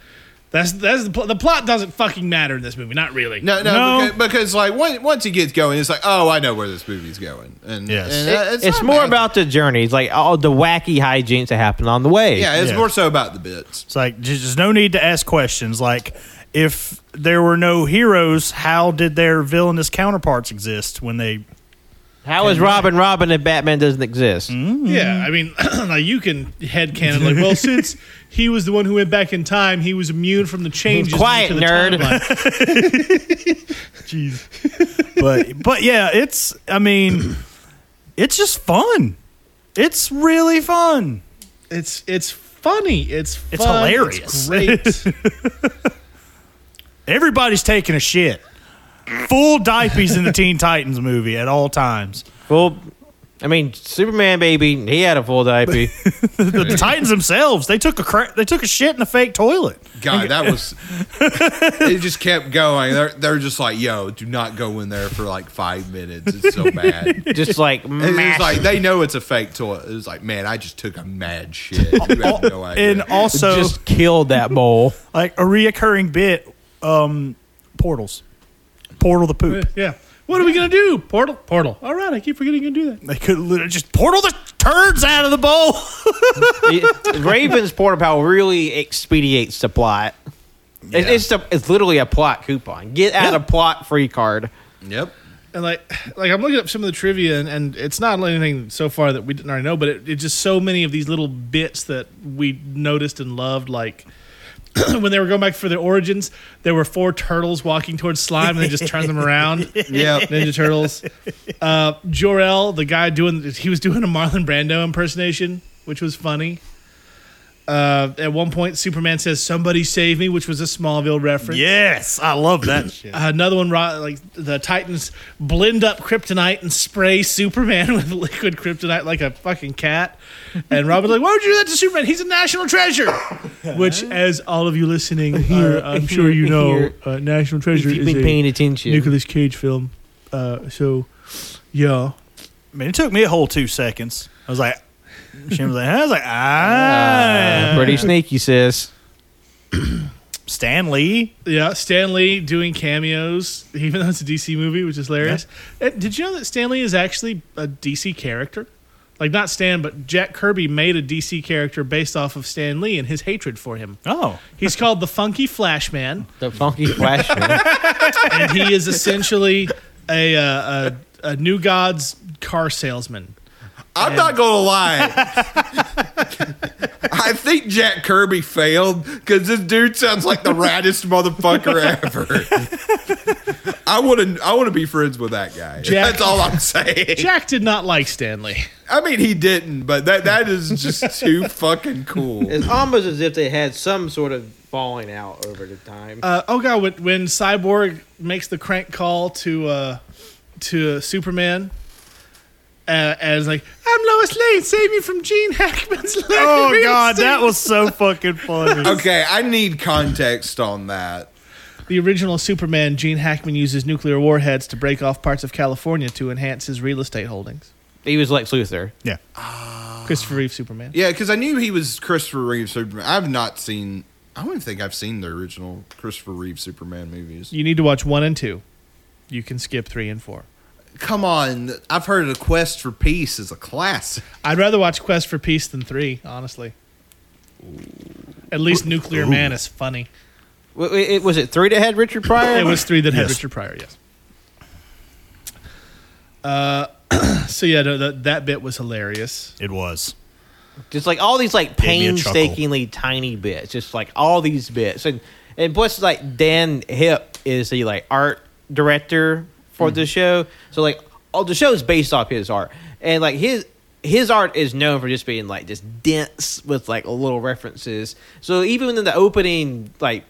S7: That's that's the, pl- the plot doesn't fucking matter in this movie, not really.
S3: No, no,
S2: No.
S3: Because, because like once, once he gets going, it's like, oh, I know where this movie's going, and,
S2: Yes.
S3: and, uh,
S6: It- it's
S3: not
S6: more
S3: bad.
S6: about the journey. It's like all the wacky hijinks that happen on the way.
S3: yeah, it's
S2: Yeah.
S3: more so about the bits.
S2: It's like j- there's no need to ask questions. Like if there were no heroes, how did their villainous counterparts exist when they?
S6: How is Robin Robin if Batman doesn't exist?
S7: Yeah, I mean, now you can headcanon like, well, since he was the one who went back in time, he was immune from the changes. due
S6: Quiet,
S7: to the
S6: nerd.
S7: timeline.
S2: But but yeah, it's I mean, it's just fun. It's really fun.
S7: It's it's funny. It's fun,
S2: It's hilarious.
S7: It's great.
S2: Everybody's taking a shit. Full diapies in the Teen Titans movie at all times.
S6: Well, I mean, Superman baby, he had a full diaper.
S2: The, the Titans themselves, they took a cra- they took a shit in a fake toilet.
S3: God, that was. it just kept going. They're they're just like, yo, do not go in there for like five minutes. It's so bad.
S6: just like
S3: And It's
S6: massive.
S3: like they know it's a fake toilet. It was like, man, I just took a mad shit. You have no idea.
S2: And also
S6: just killed that bowl.
S2: like a reoccurring bit, um, portals. Portal the poop.
S7: yeah. What are we gonna do? Portal, portal. All right, I keep forgetting you do that.
S2: They could literally just portal the turds out of the bowl.
S6: It- Raven's porta pal really expedites the plot. It, it's the, it's literally a plot coupon. Get out a plot free card.
S3: yep.
S7: And like, like I'm looking up some of the trivia, and, and it's not anything so far that we didn't already know, but it, it's just so many of these little bits that we noticed and loved, like. when they were going back for their origins, there were four turtles walking towards slime, and they just turned them around.
S3: Yep.
S7: Ninja Turtles. Uh, Jor El, the guy doing, he was doing a Marlon Brando impersonation, which was funny. Uh, at one point, Superman says, "Somebody save me," which was a Smallville reference.
S2: yes, I love that shit.
S7: Another one, ro- like the Titans blend up kryptonite and spray Superman with liquid kryptonite like a fucking cat. And Robin's like, "Why would you do that to Superman? He's a national treasure." Which, as all of you listening, are, I'm sure you know, uh, national treasure
S6: If you've
S7: is
S6: been
S7: a
S6: paying attention,
S7: Nicolas Cage film. Uh, so, yeah.
S2: I mean, it took me a whole two seconds. I was like, she was like, I was like, ah,
S6: Uh, pretty sneaky, sis.
S2: Stan Lee.
S7: Yeah, Stan Lee doing cameos, even though it's a DC movie, which is hilarious. And did you know that Stan Lee is actually a DC character? Like, not Stan, but Jack Kirby made a DC character based off of Stan Lee and his hatred for him.
S2: Oh,
S7: He's called the Funky Flashman,
S6: The funky flashman.
S7: and he is essentially a, uh, a, a New Gods car salesman.
S3: I'm not gonna lie. I think Jack Kirby failed because this dude sounds like the raddest motherfucker ever. I wouldn't. I want to be friends with that guy.
S7: Jack-
S3: That's all I'm saying.
S7: Jack did not like Stan Lee.
S3: I mean, he didn't, but that that is just too fucking cool.
S6: it's almost as if they had some sort of falling out over the time.
S7: uh, oh god, when, when Cyborg makes the crank call to uh, to Superman, uh, as like I'm Lois Lane, save me from Gene Hackman's.
S2: oh God, that was so fucking funny.
S3: Okay, I need context on that.
S7: the original Superman. Gene Hackman uses nuclear warheads to break off parts of California to enhance his real estate holdings.
S6: he was Lex Luthor.
S2: Yeah,
S7: Christopher Reeve Superman.
S3: Yeah, because I knew he was Christopher Reeve Superman. I've not seen. I don't even think I've seen the original Christopher Reeve Superman movies.
S7: You need to watch one and two. You can skip three and four.
S3: Come on, I've heard of Quest for Peace is a classic.
S7: I'd rather watch Quest for Peace than three, honestly. At least Nuclear Man is funny.
S6: W- w- it- was it three that had Richard Pryor?
S7: It was three that had
S2: Yes.
S7: Richard Pryor. Yes. Uh, so yeah, no, that, that bit was hilarious.
S2: it was.
S6: Just like all these like
S2: me a chuckle.
S6: painstakingly tiny bits, just like all these bits, and and plus like Dan Hip is the like art director for
S2: Mm.
S6: the show, so like all the show is based off his art, and like his his art is known for just being like just dense with like little references. So even in the opening like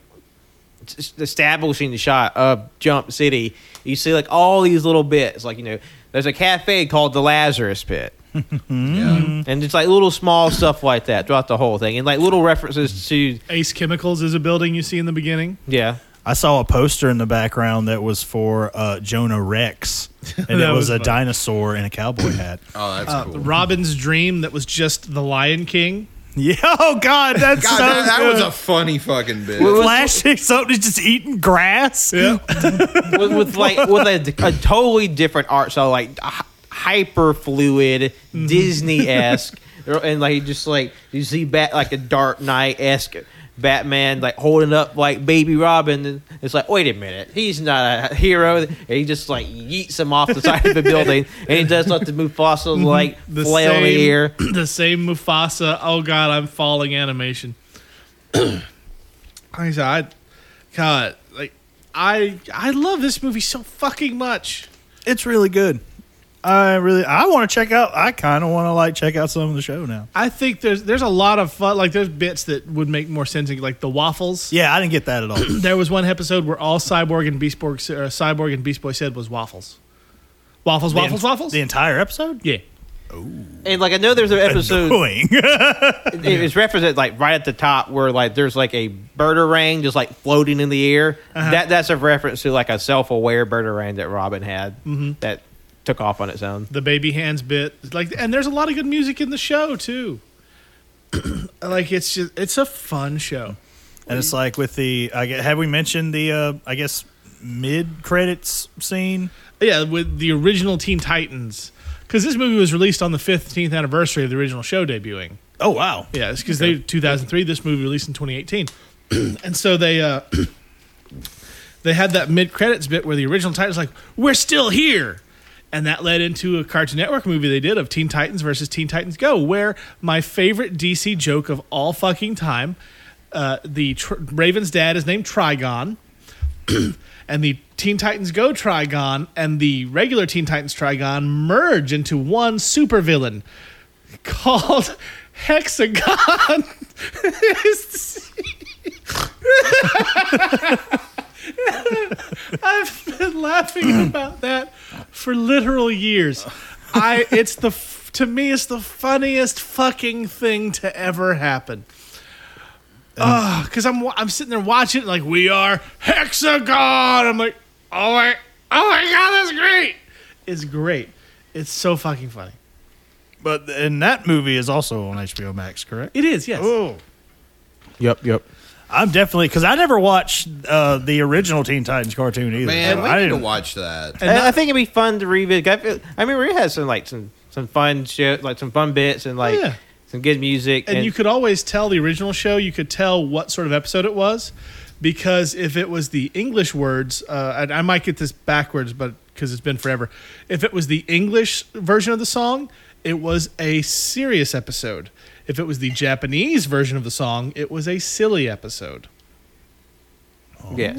S6: s- establishing the shot of Jump City, you see like all these little bits. Like you know, there's a cafe called the Lazarus Pit.
S2: Mm.
S3: Yeah.
S6: and it's like little small stuff like that throughout the whole thing, and like little references to
S7: Ace Chemicals is a building you see in the beginning.
S6: yeah.
S2: I saw a poster in the background that was for uh, Jonah Rex, and it
S7: That was
S2: was, a
S7: fun.
S2: dinosaur in a cowboy hat.
S3: Oh,
S2: Uh,
S3: that's cool.
S7: Robin's Dream, that was just The Lion King.
S2: yeah, oh god, that's
S3: God,
S2: so
S3: that, that was
S2: good.
S3: a funny fucking bit.
S2: flashing something just eating grass. Yeah.
S6: with, with like with a, a totally different art style, like hy- hyper fluid, Disney esque, and like just like you see bat like a Dark Knight esque Batman like holding up like Baby Robin, and it's like wait a minute, he's not a hero, and he just like yeets him off the side of the building, and he does let the Mufasa like
S7: The
S6: flail in the air.
S7: the same Mufasa. Oh God, I'm falling animation. I said, I, God, like I, I love this movie so fucking much.
S2: It's really good. I really I want to check out I kind of want to like check out some of the show now.
S7: I think there's there's a lot of fun. Like there's bits that would make more sense, like the waffles.
S2: Yeah, I didn't get that at all.
S7: There was one episode where all Cyborg and Beast Boy, or Cyborg and Beast Boy said was waffles, waffles, waffles, waffles.
S2: The entire episode?
S7: yeah,
S6: And like I know there's an episode
S2: Annoying.
S6: it- it's referenced at, like right at the top where like there's like a birdarang just like floating in the air.
S7: Uh-huh.
S6: That that's a reference to like a self-aware birdarang that Robin had
S7: Mm-hmm.
S6: that took off on its own.
S7: the baby hands bit It's like and there's a lot of good music in the show too like it's just it's a fun show
S2: and it's like with the I guess, have we mentioned the uh I guess mid credits scene?
S7: yeah with the original teen titans because this movie was released on the 15th anniversary of the original show debuting
S2: Oh wow.
S7: yeah it's because they 2003 this movie released in 2018 and so they uh they had that mid-credits bit where the original titans like we're still here and that led into a Cartoon Network movie they did of Teen Titans versus Teen Titans Go, where my favorite DC joke of all fucking time, uh, the tr- Raven's dad is named Trigon, and the Teen Titans Go Trigon and the regular Teen Titans Trigon merge into one supervillain called Hexagon. It's- I've been laughing about that for literal years. I it's the f- to me it's the funniest fucking thing to ever happen. Oh, because I'm wa- I'm sitting there watching it like we are hexagon. I'm like, oh my, oh my god, that's great. It's great. It's so fucking funny.
S2: But and that movie is also on HBO Max, correct?
S7: It is, yes.
S2: Oh.
S6: Yep, yep.
S2: I'm definitely because I never watched uh, the original Teen Titans cartoon either.
S3: Man,
S2: so
S3: we
S2: I
S3: need to
S2: didn't.
S3: watch that.
S6: And I think it'd be fun to revisit. I, feel, I mean, we had some like some some fun shit, like some fun bits and like
S7: yeah.
S6: some good music.
S7: and you could always tell the original show. You could tell what sort of episode it was, because if it was the English words, uh, and I might get this backwards, but because it's been forever. If it was the English version of the song, it was a serious episode. If it was the Japanese version of the song, it was a silly episode.
S6: yes,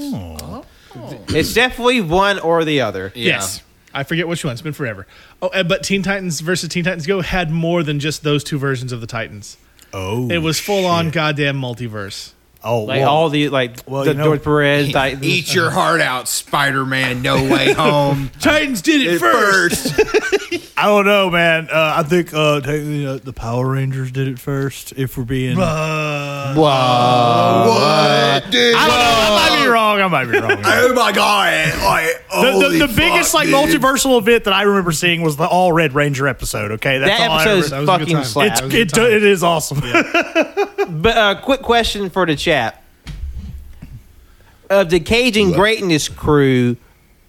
S6: it's definitely one or the other.
S3: Yeah.
S7: Yes. I forget which one. It's been forever. Oh, and- but Teen Titans versus Teen Titans Go had more than just those two versions of the Titans.
S2: Oh,
S7: It was full on goddamn multiverse.
S2: Oh,
S6: Like
S2: well,
S6: all the like
S2: Well,
S6: the
S2: you know-
S6: George Perez Titans.
S3: Eat your heart out, Spider Man. No way home.
S7: Titans did it
S3: At first,
S2: I don't know, man. Uh, I think uh, technically, uh, the Power Rangers did it first. If we're being,
S7: Uh-huh.
S3: what? Dude,
S2: I don't know. I might be wrong. I might be wrong.
S3: Oh my god! Like,
S2: The,
S3: holy
S2: the, the
S3: fuck,
S2: biggest like
S3: dude.
S2: multiversal event that I remember seeing was the All Red Ranger episode. Okay, that's
S6: that
S2: all
S6: episode
S2: I remember.
S7: That
S6: is
S7: was a good
S6: fucking
S7: time.
S2: It's,
S6: slap.
S2: it, do- it is awesome.
S6: But uh, quick question for the chat: Of the Cajun Greatness crew,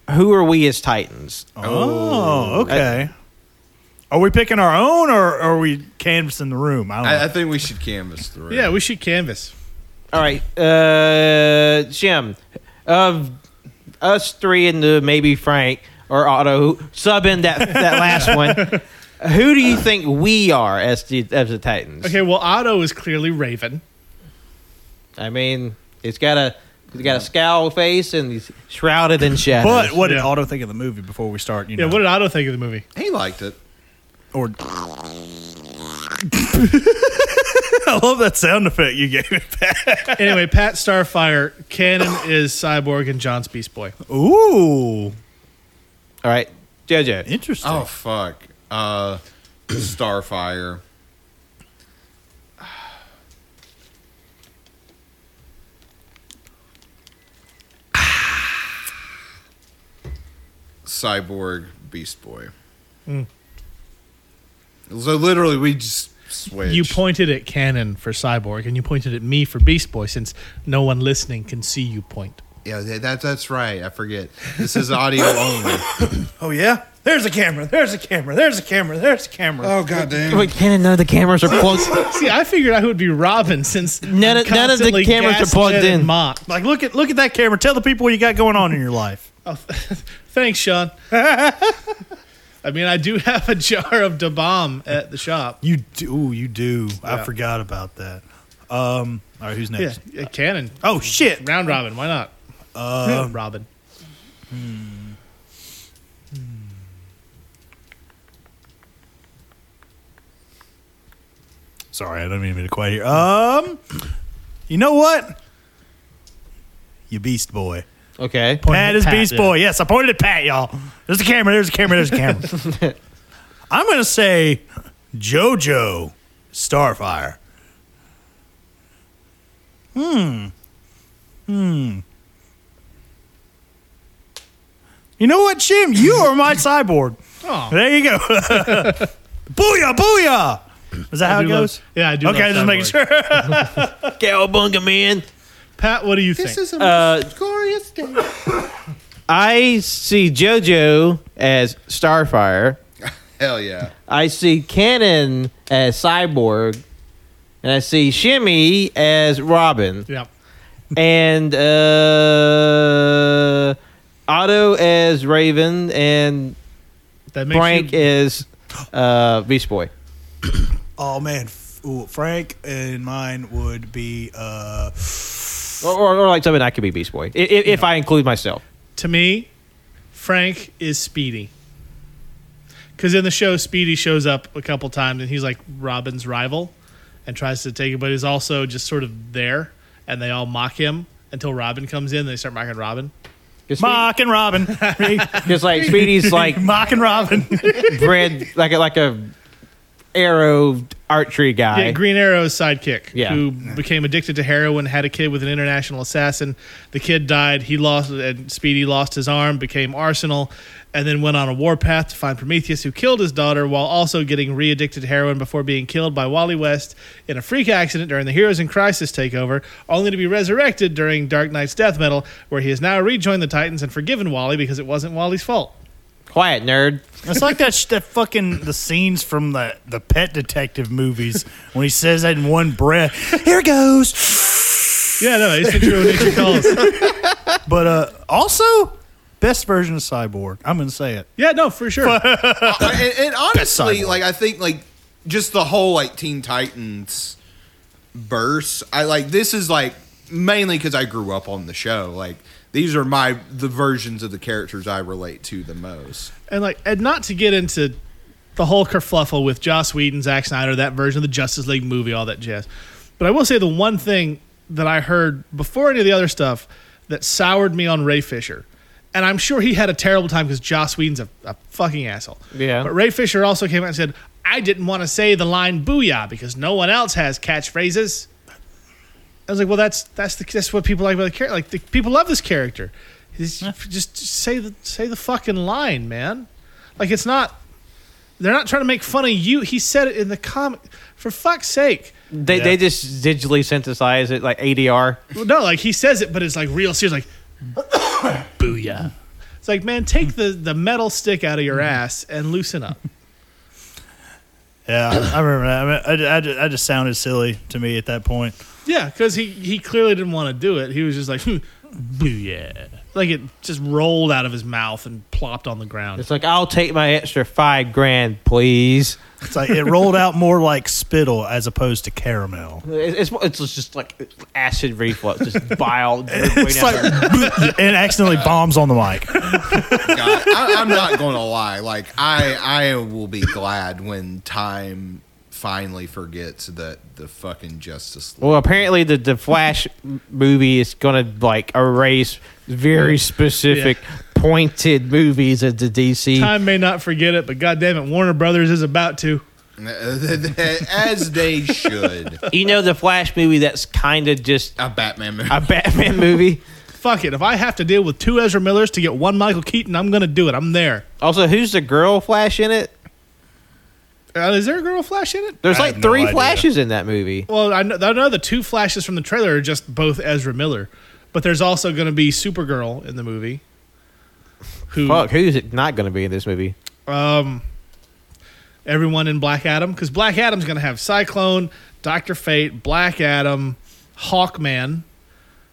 S6: who are we as Titans?
S2: oh, okay. Are we picking our own, or are we canvassing the room? I don't know.
S3: I, I think we should canvas through.
S7: Yeah, we should canvas.
S6: All right, uh, Jim, of us three and the maybe Frank or Otto, who- sub in that that last one. Who do you think we are as the as the Titans?
S7: Okay, well, Otto is clearly Raven.
S6: I mean, it's got a it's got a scowl face and he's shrouded in shadows.
S2: but what did
S7: Yeah.
S2: Otto think of the movie before we start? You
S7: Yeah,
S2: know,
S7: what did Otto think of the movie?
S3: he liked it.
S2: or I love that sound effect you gave it.
S7: Anyway, Pat Starfire, Cannon is Cyborg, and John's Beast Boy.
S2: Ooh,
S6: All right, JoJo.
S2: interesting.
S3: Oh fuck! Oh, Uh, Starfire. Cyborg Beast Boy. So literally, we just switched.
S7: You pointed at Canon for Cyborg, and you pointed at me for Beast Boy, since no one listening can see you point.
S3: Yeah, that, that- that's right. I forget. This is audio only.
S2: Oh yeah. There's a camera. There's a camera. There's a camera. There's a camera.
S8: Oh goddamn!
S6: Wait, Canon, none of the cameras are plugged.
S7: See, I figured out who would be Robin, since
S6: None of-
S7: I'm
S6: none of the
S7: constantly
S6: cameras are plugged
S7: gaslit and
S6: in.
S7: mocked.
S2: Like look at look at that camera. Tell the people what you got going on in your life.
S7: Oh, thanks, Sean. I mean, I do have a jar of da bomb at the shop.
S2: You do. Ooh, you do. I forgot about that. Um. All right. Who's
S7: Yeah,
S2: next?
S7: yeah, Canon.
S2: Oh shit.
S7: Round robin, why not? Uh, robin.
S2: Sorry, I don't mean to be quiet here. Um. You know what? You beast boy.
S6: Okay.
S2: Pat is
S7: Pat,
S2: Beast
S7: yeah.
S2: Boy. Yes, I pointed at Pat, y'all. There's a camera. There's a camera. There's a camera. I'm gonna say JoJo Starfire. Hmm. Hmm. You know what, Jim? You are my cyborg.
S7: Aw.
S2: There you go. booyah! Booyah! Is that how
S7: I
S2: it
S7: do love-
S2: goes?
S7: yeah, I do
S2: Okay,
S7: love
S2: just making
S7: Cyborg.
S2: sure.
S6: Cowabunga, man.
S7: Pat, what do you think?
S8: is a
S6: Uh,
S8: glorious day.
S6: I see JoJo as Starfire.
S3: Hell yeah.
S6: I see Canon as Cyborg. And I see Shimmy as Robin.
S7: yeah.
S6: and uh, Otto as Raven, and
S7: That makes
S6: Frank
S7: you,
S6: is uh, Beast Boy.
S2: Oh man, F- ooh, Frank and mine would be. uh
S6: Or, or, or like something I could be Beast Boy if, if I include myself.
S7: to me, Frank is Speedy. Because in the show, Speedy shows up a couple times and he's like Robin's rival and tries to take it, but he's also just sort of there and they all mock him until Robin comes in and they start mocking Robin.
S6: Because
S2: Mock and Robin.
S6: like Speedy's like
S2: Mock and Robin.
S6: bred like a, like a arrow archery guy.
S7: Yeah, Green Arrow's sidekick,
S6: Yeah.
S7: who became addicted to heroin, had a kid with an international assassin. The kid died. He lost, and Speedy lost his arm, became Arsenal, and then went on a warpath to find Prometheus, who killed his daughter while also getting re addicted to heroin before being killed by Wally West in a freak accident during the Heroes in Crisis takeover, only to be resurrected during Dark Knight's Death Metal, where he has now rejoined the Titans and forgiven Wally because it wasn't Wally's fault.
S6: Quiet nerd.
S2: It's like that, sh- that fucking the scenes from the the Pet Detective movies when he says that in one breath. Here it goes.
S7: Yeah, no, it's the true nature calls.
S2: But uh also, best version of Cyborg. I'm gonna say it.
S7: Yeah, no, for sure.
S3: I- and, and honestly,
S2: Cyborg.
S3: like I think like just the whole like Teen Titans verse. I like this is like mainly because I grew up on the show. Like these are my the versions of the characters I relate to the most.
S7: and like and not to get into the whole kerfluffle with Joss Whedon, Zack Snyder, that version of the Justice League movie, all that jazz. But I will say the one thing that I heard before any of the other stuff that soured me on Ray Fisher, and I'm sure he had a terrible time because Joss Whedon's a, a fucking asshole.
S6: Yeah.
S7: But Ray Fisher also came out and said, "I didn't want to say the line booyah because no one else has catchphrases." I was like, well, that's that's the that's what people like about the character. Like the, people love this character. He's- Just say the say the fucking line, man. Like it's not. They're not trying to make fun of you. He said it in the comic. For fuck's sake.
S6: They they just digitally synthesize it like ADR.
S7: Well, no, like he says it, but it's like real serious. Like, booyah. It's like, man, take the the metal stick out of your ass and loosen up.
S2: Yeah, I remember that. I, mean, I, I, ju- I just sounded silly to me at that point.
S7: Yeah, because he he clearly didn't want to do it. He was just like, hmm, booyah. Like it just rolled out of his mouth and plopped on the ground.
S6: It's like I'll take my extra five grand, please.
S2: It's like it rolled out more like spittle as opposed to caramel.
S6: It's it's, it's just like acid reflux, just bile.
S2: It's like and accidentally bombs on the mic.
S3: God, I, I'm not going to lie. Like I, I will be glad when time finally forgets that the fucking Justice League.
S6: Well, apparently the the Flash m- movie is gonna like erase very specific, pointed movies at the DC.
S7: Time may not forget it, but goddamn it, Warner Brothers is about to.
S3: As they should.
S6: You know the Flash movie that's kind of just
S3: A Batman movie.
S6: a Batman movie.
S7: Fuck it. If I have to deal with two Ezra Millers to get one Michael Keaton, I'm gonna do it. I'm there.
S6: Also, who's the girl Flash in it?
S7: Uh, is there a girl Flash in it?
S6: There's
S2: I
S6: like
S2: have no
S6: three
S2: idea.
S6: Flashes in that movie.
S7: Well, I know, I know the two flashes from the trailer are just both Ezra Miller, but there's also going to be Supergirl in the movie. Who?
S6: Fuck, who's it not going to be in this movie?
S7: Um, everyone in Black Adam because Black Adam's going to have Cyclone, Doctor Fate, Black Adam, Hawkman,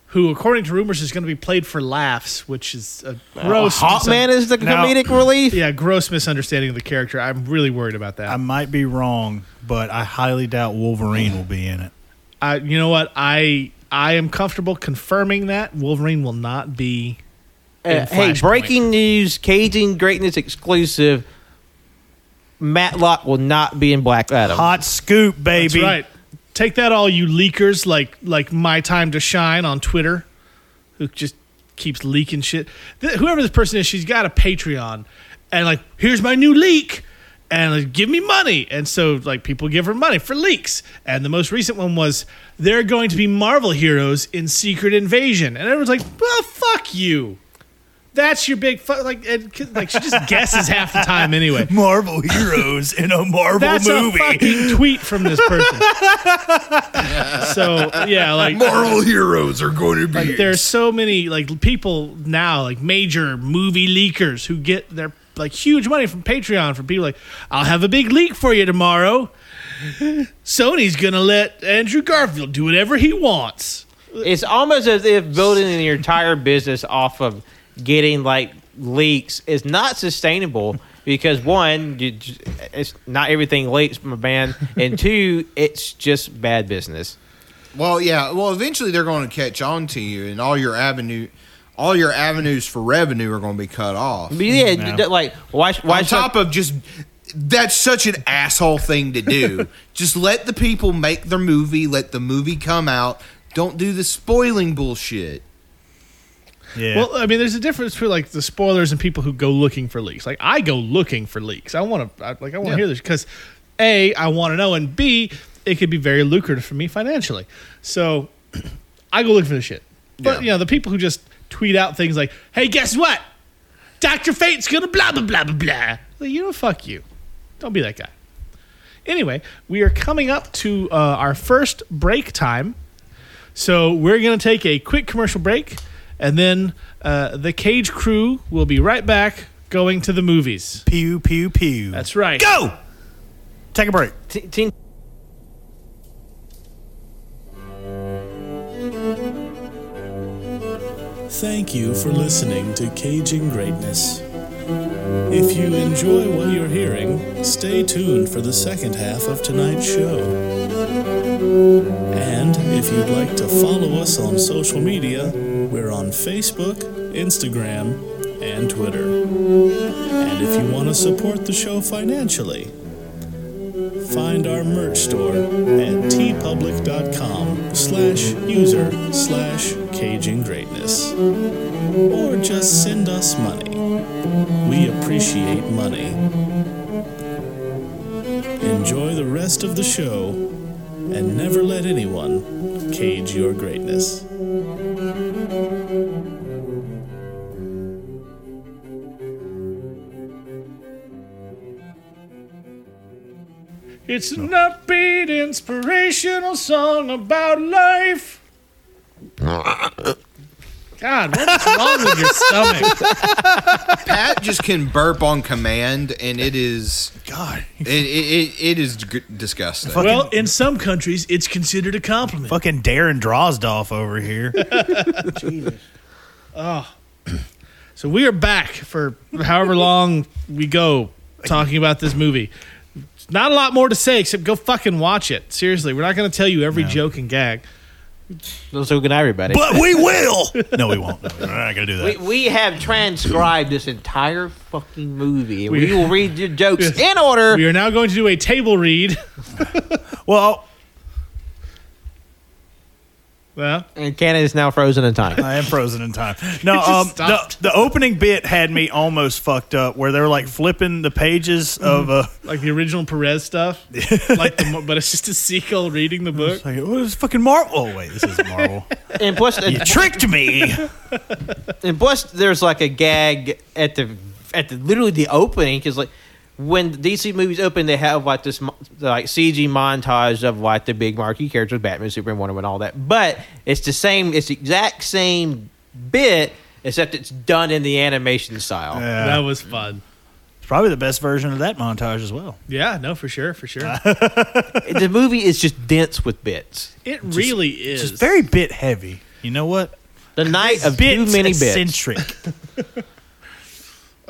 S7: who according to rumors is going to be played for laughs, which is a gross.
S6: Hawkman is the
S2: Now-
S6: comedic relief.
S7: Uh, yeah, gross misunderstanding of the character. I'm really worried about that.
S2: I might be wrong, but I highly doubt Wolverine will be in it.
S7: I, you know what? I I am comfortable confirming that Wolverine will not be.
S6: Uh,
S7: in
S6: hey,
S7: Flashpoint.
S6: breaking news, Cajun Greatness exclusive. Matlock will not be in Black Adam.
S2: Hot scoop, baby.
S7: That's right. Take that, all you leakers, like like my time to shine on Twitter, who just keeps leaking shit. Th- whoever this person is, she's got a Patreon, and like, here's my new leak, and like, give me money. And so like, people give her money for leaks. And the most recent one was there are going to be Marvel heroes in Secret Invasion, and everyone's like, well, fuck you. That's your big fu-. like and, like she just guesses half the time anyway.
S2: Marvel heroes in a Marvel
S7: That's
S2: movie.
S7: a fucking tweet from this person. so yeah, like
S3: Moral heroes are going to be.
S7: like there's so many like people now like major movie leakers who get their like huge money from Patreon from people like I'll have a big leak for you tomorrow. Sony's gonna let Andrew Garfield do whatever he wants.
S6: It's almost as if building an entire business off of getting like leaks is not sustainable because one, you, j- it's not everything leaks, my man, and two, it's just bad business.
S3: Well, yeah. Well, eventually they're going to catch on to you, and all your avenue, all your avenues for revenue are going to be cut off.
S6: But yeah, d- d- like why? sh- Why
S3: On
S6: should-
S3: top of just that's such an asshole thing to do. just let the people make their movie. Let the movie come out. Don't do the spoiling bullshit.
S2: yeah.
S7: Well, I mean, there's a difference between like the spoilers and people who go looking for leaks. Like I go looking for leaks. I want to like I want to hear this because a I want to know and b it could be very lucrative for me financially. So I go looking for the shit. But
S3: Yeah.
S7: you know the people who just tweet out things like, "Hey, guess what? Doctor Fate's gonna blah blah blah blah blah." Like, you know, fuck you. Don't be that guy. Anyway, we are coming up to uh, our first break time. So we're going to take a quick commercial break, and then uh, the Cage Crew will be right back going to the movies.
S2: pew, pew, pew.
S7: That's right.
S2: Go! Take a break.
S6: t- teen-
S8: Thank you for listening to Caging Greatness. If you enjoy what you're hearing, stay tuned for the second half of tonight's show. And if you'd like to follow us on social media, we're on Facebook, Instagram, and Twitter. And if you want to support the show financially, find our merch store at tpublic.com slash user slash caging greatness or just send us money we appreciate money enjoy the rest of the show and never let anyone cage your greatness
S7: It's an upbeat, inspirational song about life. God, what is wrong with your stomach?
S3: Pat just can burp on command, and it is
S2: God.
S3: it it, it, it is g- disgusting.
S7: Well, in some countries, it's considered a compliment.
S2: Fucking Darren Drozdoff over here.
S7: So we are back for however long we go talking about this movie. Not a lot more to say except go fucking watch it. Seriously, we're not going to tell you every joke and gag.
S6: so good night, everybody.
S2: but we will. No, we won't. No, we're not going to do that.
S6: we, we have transcribed this entire fucking movie. and We, will read the jokes in order.
S7: We are now going to do a table read.
S2: Well,
S7: Yeah.
S6: And Cannon is now frozen in time.
S2: I am frozen in time. No,
S7: just
S2: um, the,
S7: stopped.
S2: the opening bit had me almost fucked up, where they were like flipping the pages
S7: Mm-hmm.
S2: of uh,
S7: Like the original Perez stuff. like the, mo- but it's just a sequel reading the book.
S2: like, what is fucking Marvel? Oh wait, this is Marvel.
S6: And plus,
S2: you tricked me.
S6: and plus, there's like a gag at the at the literally the opening because like when DC movies open, they have like this mo- like CG montage of like the big marquee characters, Batman, Superman, Wonder Woman, all that. But it's the same, it's the exact same bit, except it's done in the animation style.
S7: That was fun.
S2: Probably the best version of that montage as well.
S7: Yeah, no, for sure, for sure.
S6: the movie is just dense with bits.
S7: it really is.
S2: It's very bit heavy. You know what?
S6: The night of
S2: Bit
S6: too many bits.
S2: eccentric.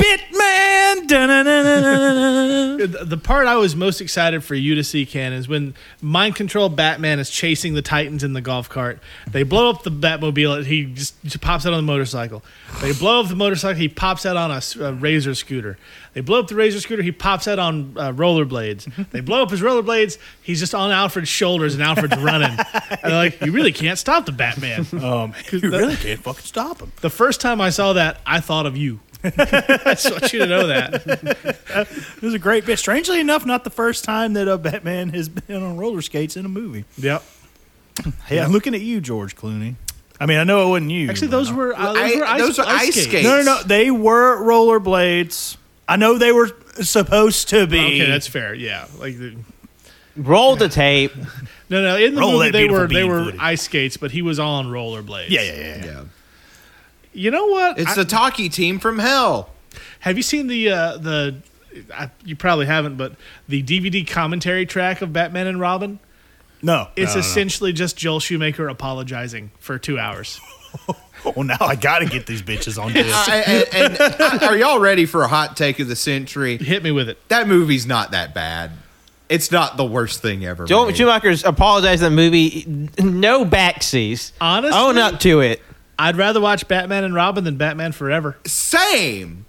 S2: Bitman. dun-dun-dun-dun-dun-dun.
S7: The the part I was most excited for you to see, Ken, is when mind control Batman is chasing the Titans in the golf cart. They blow up the Batmobile. and He just, just pops out on the motorcycle. They blow up the motorcycle. He pops out on a, s- a Razor scooter. They blow up the Razor scooter. He pops out on uh, rollerblades. They blow up his rollerblades. He's just on Alfred's shoulders, and Alfred's running. And they're like, you really can't stop the Batman.
S2: Um, you really can't fucking stop him.
S7: The first time I saw that, I thought of you. I just want you to know that.
S2: It was a great bit. Strangely enough, not the first time that a Batman has been on roller skates in a movie.
S7: Yep.
S2: Hey, I'm looking at you, George Clooney. I mean, I know it wasn't you.
S7: Actually,
S2: but-
S7: those were uh, those
S3: I-
S7: were ice,
S3: those were
S7: ice
S3: ice
S7: skates.
S3: skates.
S2: No, no, no. They were rollerblades. I know they were supposed to be.
S7: Okay, that's fair. Yeah, like the,
S6: Roll the tape.
S7: no, no. In the
S2: Roll
S7: movie,
S2: that
S7: they
S2: beautiful
S7: were they
S2: bean
S7: were
S2: footage.
S7: ice skates, but he was on rollerblades.
S2: yeah, yeah, yeah, yeah.
S3: Yeah.
S7: You know what?
S3: It's
S7: I-
S3: the talkie team from hell.
S7: have you seen the uh, the? I, you probably haven't, but the DVD commentary track of Batman and Robin.
S2: No,
S7: It's
S2: no,
S7: essentially just Joel Schumacher apologizing for two hours.
S2: no. Well, now I got to get these bitches on this.
S3: I- I- and I- are y'all ready for a hot take of the century?
S7: Hit me with it.
S3: That movie's not that bad. It's not the worst thing ever.
S6: Joel
S3: made.
S6: Schumacher's apologized in the movie. No backsies.
S7: Honestly?
S6: Own up to it.
S7: I'd rather watch Batman and Robin than Batman Forever.
S3: Same.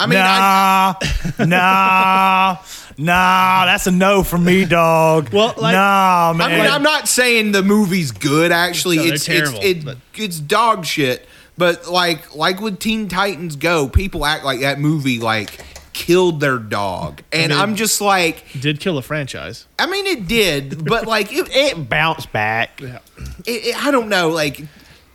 S3: I mean, I,
S2: nah, nah, nah. That's a no from me, dog.
S7: Well, like-
S2: nah,
S3: I
S2: man.
S3: mean, I'm not saying the movie's good. Actually,
S7: No, they're
S3: it's
S7: terrible,
S3: it's it,
S7: but-
S3: it's dog shit. But like like with Teen Titans Go, people act like that movie like killed their dog, and I'm just like,
S7: Did kill a franchise.
S3: I mean, it did, but like it, it
S6: Bounce back.
S3: it, it, I don't know. Like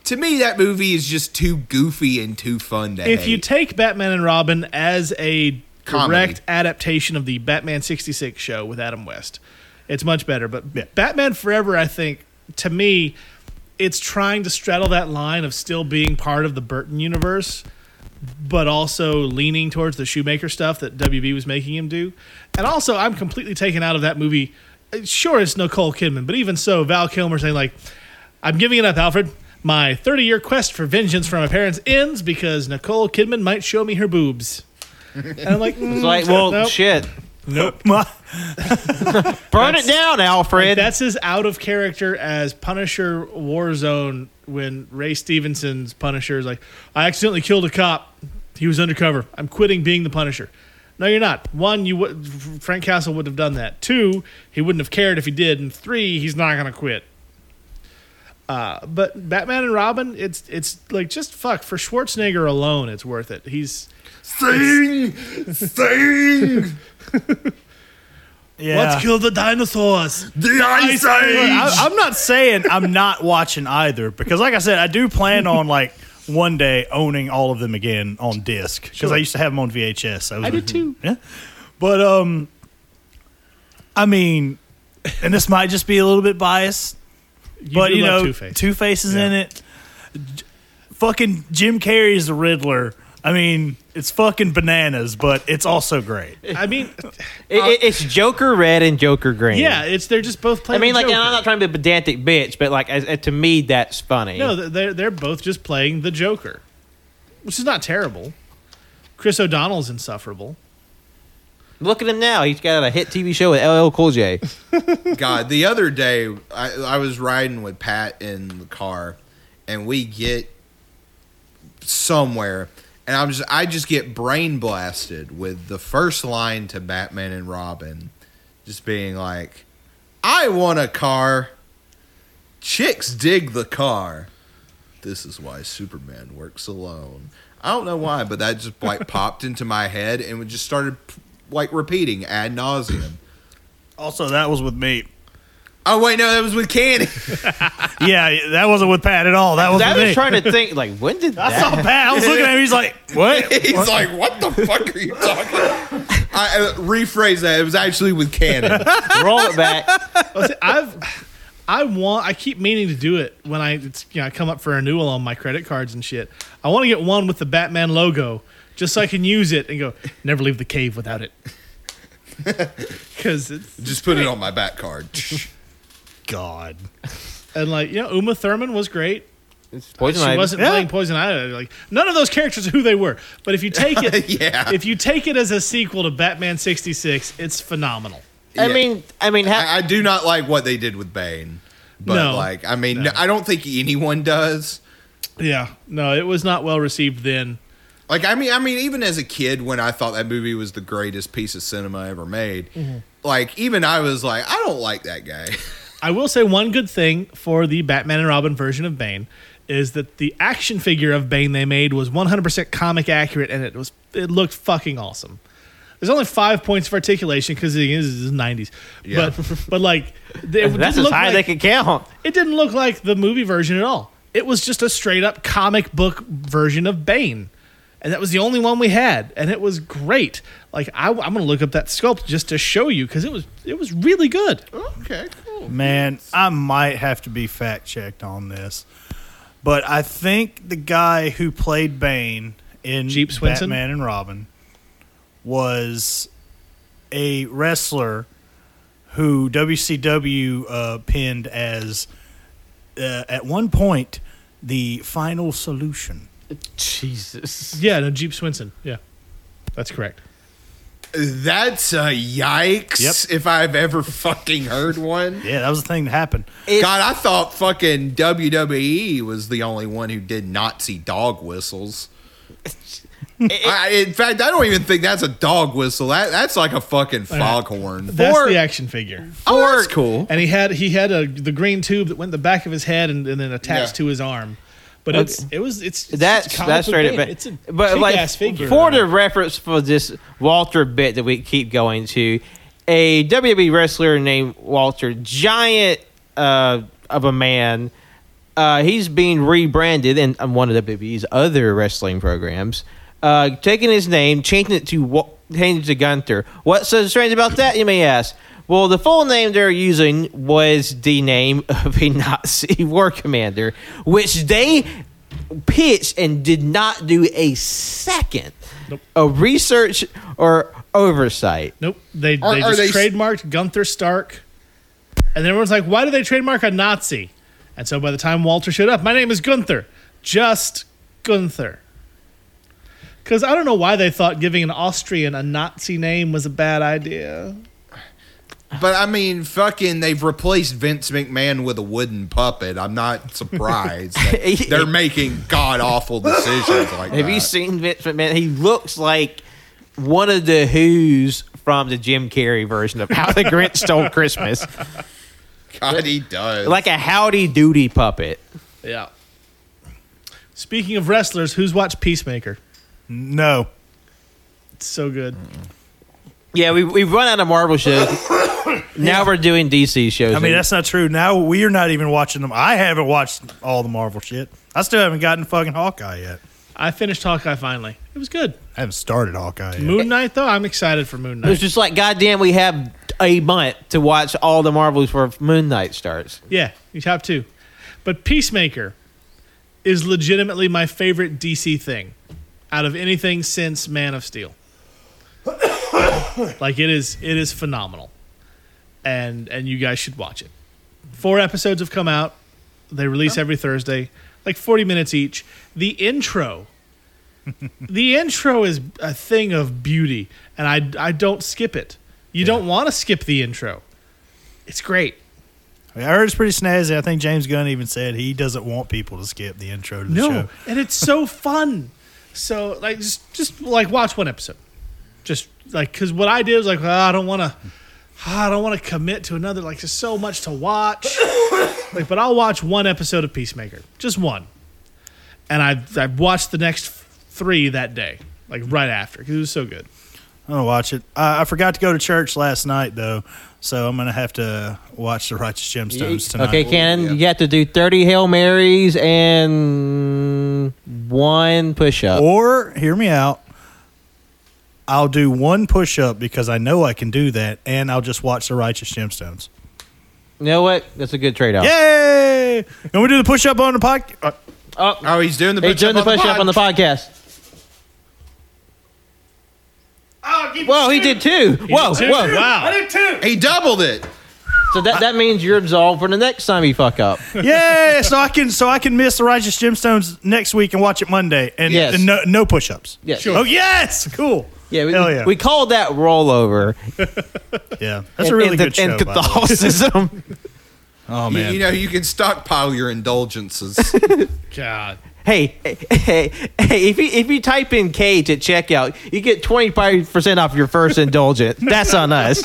S3: to me, that movie is just too goofy and too fun to.
S7: If you
S3: hate.
S7: take Batman and Robin as a
S3: Comedy.
S7: direct adaptation of the Batman 66 show with Adam West, it's much better. But Batman Forever, I think, to me, it's trying to straddle that line of still being part of the Burton universe, but also leaning towards the Shoemaker stuff that WB was making him do. And also, I'm completely taken out of that movie. Uh, Sure, it's Nicole Kidman, but even so, Val Kilmer saying, like, I'm giving it up, Alfred. My 30 year quest for vengeance from my parents ends because Nicole Kidman might show me her boobs. And I'm like,
S6: It's like, well,
S7: Mm, nope.
S6: shit.
S2: My-
S6: Burn it down, Alfred.
S7: That's as out of character as Punisher Warzone when Ray Stevenson's Punisher is like, I accidentally killed a cop. He was undercover. I'm quitting being the Punisher. No, you're not. One, you would Frank Castle would have done that. Two, he wouldn't have cared if he did. And three, he's not gonna quit. Uh, but Batman and Robin, it's it's like just fuck for Schwarzenegger alone, it's worth it. He's
S3: sing, sing
S2: yeah.
S7: kill the dinosaurs.
S3: the ice age.
S2: I, I'm not saying I'm not watching either because, like I said, I do plan on like one day owning all of them again on disc because I used to have them on VHS. I, was
S7: did too.
S2: Yeah, but um, I mean, and this might just be a little bit biased, but
S7: do
S2: you
S7: love
S2: know,
S7: Two-Face.
S2: Two Face is in it. J- fucking Jim Carrey is the Riddler. I mean, it's fucking bananas, but it's also great.
S7: I mean,
S6: It- it- it's Joker red and Joker green.
S7: yeah, it's they're just both
S6: I
S7: playing.
S6: mean,
S7: the
S6: like, and
S7: Joker.
S6: I'm not trying to be a pedantic bitch, but like, as, as, to me, that's funny.
S7: No, th- they're they're both just playing the Joker, which is not terrible. Chris O'Donnell's insufferable.
S6: Look at him now. He's got a hit TV show with LL Cool J.
S3: God, the other day I, I was riding with Pat in the car, and we get somewhere, and I'm just I just get brain blasted with the first line to Batman and Robin, just being like, "I want a car." Chicks dig the car. This is why Superman works alone. I don't know why, but that just like popped into my head and it just started like repeating ad nauseum.
S2: Also, that was with me.
S3: Oh wait, no, that was with Candy.
S2: Yeah, that wasn't with Pat at all. That was
S6: I
S2: with
S6: was
S2: me.
S6: trying to think, like, when did
S2: I
S6: that?
S2: saw Pat. I was looking at him. He's like, "What?"
S3: He's like, "What the fuck are you talking?" about? I uh, rephrase that. It was actually with Cannon.
S6: Roll it back.
S7: Let's see, I've I want I keep meaning to do it when I it's, you know I come up for renewal on my credit cards and shit. I want to get one with the Batman logo just so I can use it and go never leave the cave without it. Cuz it's
S3: Just put it on my back card.
S2: God.
S7: and like you know Uma Thurman was great.
S6: Poison
S7: She
S6: Ivy.
S7: wasn't playing Poison Ivy. Like none of those characters are who they were. But if you take it
S3: Yeah.
S7: if you take it as a sequel to Batman 66, it's phenomenal.
S6: I
S3: Yeah.
S6: mean, I mean, ha-
S3: I, I do not like what they did with Bane, but
S7: No.
S3: like, I mean, I don't think anyone does.
S7: Yeah. No, it was not well received then.
S3: Like, I mean, I mean, even as a kid, when I thought that movie was the greatest piece of cinema ever made, like, even I was like, I don't like that guy.
S7: I will say one good thing for the Batman and Robin version of Bane is that the action figure of Bane they made was 100% comic accurate and it was it looked fucking awesome. There's only five points of articulation because it is the 90s, but but like they- it
S6: that's
S7: didn't
S6: as
S7: look
S6: high
S7: like,
S6: they could count.
S7: it didn't look like the movie version at all. It was just a straight up comic book version of Bane. And that was the only one we had, and it was great. Like I, am gonna look up that sculpt just to show you because it was it was really good.
S3: okay, cool.
S2: Man, I might have to be fact checked on this, but I think the guy who played Bane in
S7: Jeep Swinson?
S2: Batman and Robin was a wrestler who WCW uh, pinned as uh, at one point the final solution.
S6: Jesus.
S7: Yeah, no, Jeep Swinson. Yeah, that's correct.
S3: That's a yikes
S2: Yep.
S3: if I've ever fucking heard one.
S2: Yeah, that was the thing that happened.
S3: God, I thought fucking WWE was the only one who did Nazi dog whistles. I, in fact, I don't even think that's a dog whistle. That that's like a fucking foghorn.
S7: That's
S6: Or-
S7: the action figure,
S3: oh, that's cool.
S7: and he had he had a the green tube that went in the back of his head and, and then attached
S3: Yeah.
S7: to his arm. But it's it was it's, it's
S6: That's
S7: just comic
S6: that's
S7: book
S6: straight up.
S7: Bane.
S6: But,
S7: It's a
S6: but
S7: big
S6: like
S7: ass figure.
S6: for the reference for this Walter bit that we keep going to, a WWE wrestler named Walter, giant uh, of a man, uh, he's being rebranded in on one of WWE's other wrestling programs, uh, taking his name, changing it to Wa- changing it to Gunther. What's so strange about that? You may ask. Well, the full name they're using was the name of a Nazi war commander, which they pitched and did not do a second of research or oversight.
S7: nope, they
S3: Are-
S7: they
S3: are
S7: just
S3: they s-
S7: trademarked Gunther Stark, and everyone's like, why did they trademark a Nazi? And so by the time Walter showed up, my name is Gunther, just Gunther. Because I don't know why they thought giving an Austrian a Nazi name was a bad idea.
S3: But I mean, fucking, they've replaced Vince McMahon with a wooden puppet. I'm not surprised that they're making god awful decisions like
S6: Have
S3: that.
S6: you seen Vince McMahon? He looks like one of the Who's from the Jim Carrey version of How the Grinch Stole Christmas,
S3: God, he does.
S6: like a Howdy Doody puppet.
S7: Yeah. Speaking of wrestlers, who's watched Peacemaker?
S2: No.
S7: It's so good.
S6: Yeah, we we've run out of Marvel shows. now we're doing DC shows.
S2: I mean, that's not true. Now we are not even watching them. I haven't watched all the Marvel shit. I still haven't gotten fucking Hawkeye yet.
S7: I finished Hawkeye finally. It was good.
S2: I haven't started Hawkeye yet.
S3: Eh.
S7: Moon Knight though, I'm excited for Moon
S6: it's
S7: Knight.
S6: just like goddamn, we have a month to watch all the Marvels before Moon Knight starts.
S7: Yeah, you top two. But Peacemaker is legitimately my favorite DC thing out of anything since Man of Steel. like it is it is phenomenal. And and you guys should watch it. Four episodes have come out. They release every Thursday, like 40 minutes each. The intro the intro is a thing of beauty, and I, I don't skip it. You don't want to skip the intro. It's great.
S2: I mean, I heard it's pretty snazzy. I think James Gunn even said he doesn't want people to skip the intro to the
S7: No,
S2: show.
S7: and it's so fun. So like just just like watch one episode, just like because what I did was like "Ah, I don't want to. "Ah, I don't want to commit to another. Like, there's so much to watch. like, but I'll watch one episode of Peacemaker, just one. And I I watched the next three that day, like right after, because it was so good.
S2: I'm gonna watch it. I, I forgot to go to church last night though, so I'm gonna have to watch the Righteous Gemstones tonight.
S6: Okay, Cannon, you have to do 30 Hail Marys and one push up.
S2: Or hear me out. I'll do one push up because I know I can do that, and I'll just watch the Righteous Gemstones.
S6: You know what? That's a good trade off.
S2: Yay! Can we do the push up on the podcast? Uh,
S3: Oh, he's doing the
S6: Hey,
S3: push
S6: doing the
S3: up on
S6: push up on the podcast.
S2: Oh,
S6: Whoa, he did too. Whoa,
S7: Dude,
S6: Oh, whoa.
S7: Wow.
S3: pod. He doubled it.
S6: So that, that means you're absolved for the next time you fuck up.
S2: yeah, so I can so I can miss the Righteous Gemstones next week and watch it Monday, and,
S6: Yes.
S2: and no, no push ups.
S6: Yeah.
S2: Oh yes, cool.
S6: Yeah, we,
S2: Hell yeah.
S6: we call that rollover.
S2: yeah, that's a really
S6: in,
S2: good show.
S6: in
S2: by the way.
S6: Catholicism.
S2: Oh
S3: You-
S2: man,
S3: You know, you can stockpile your indulgences.
S7: God.
S6: hey, hey, hey, hey, if you if you type in cage at checkout, you get twenty five percent off your first indulgence. That's on us.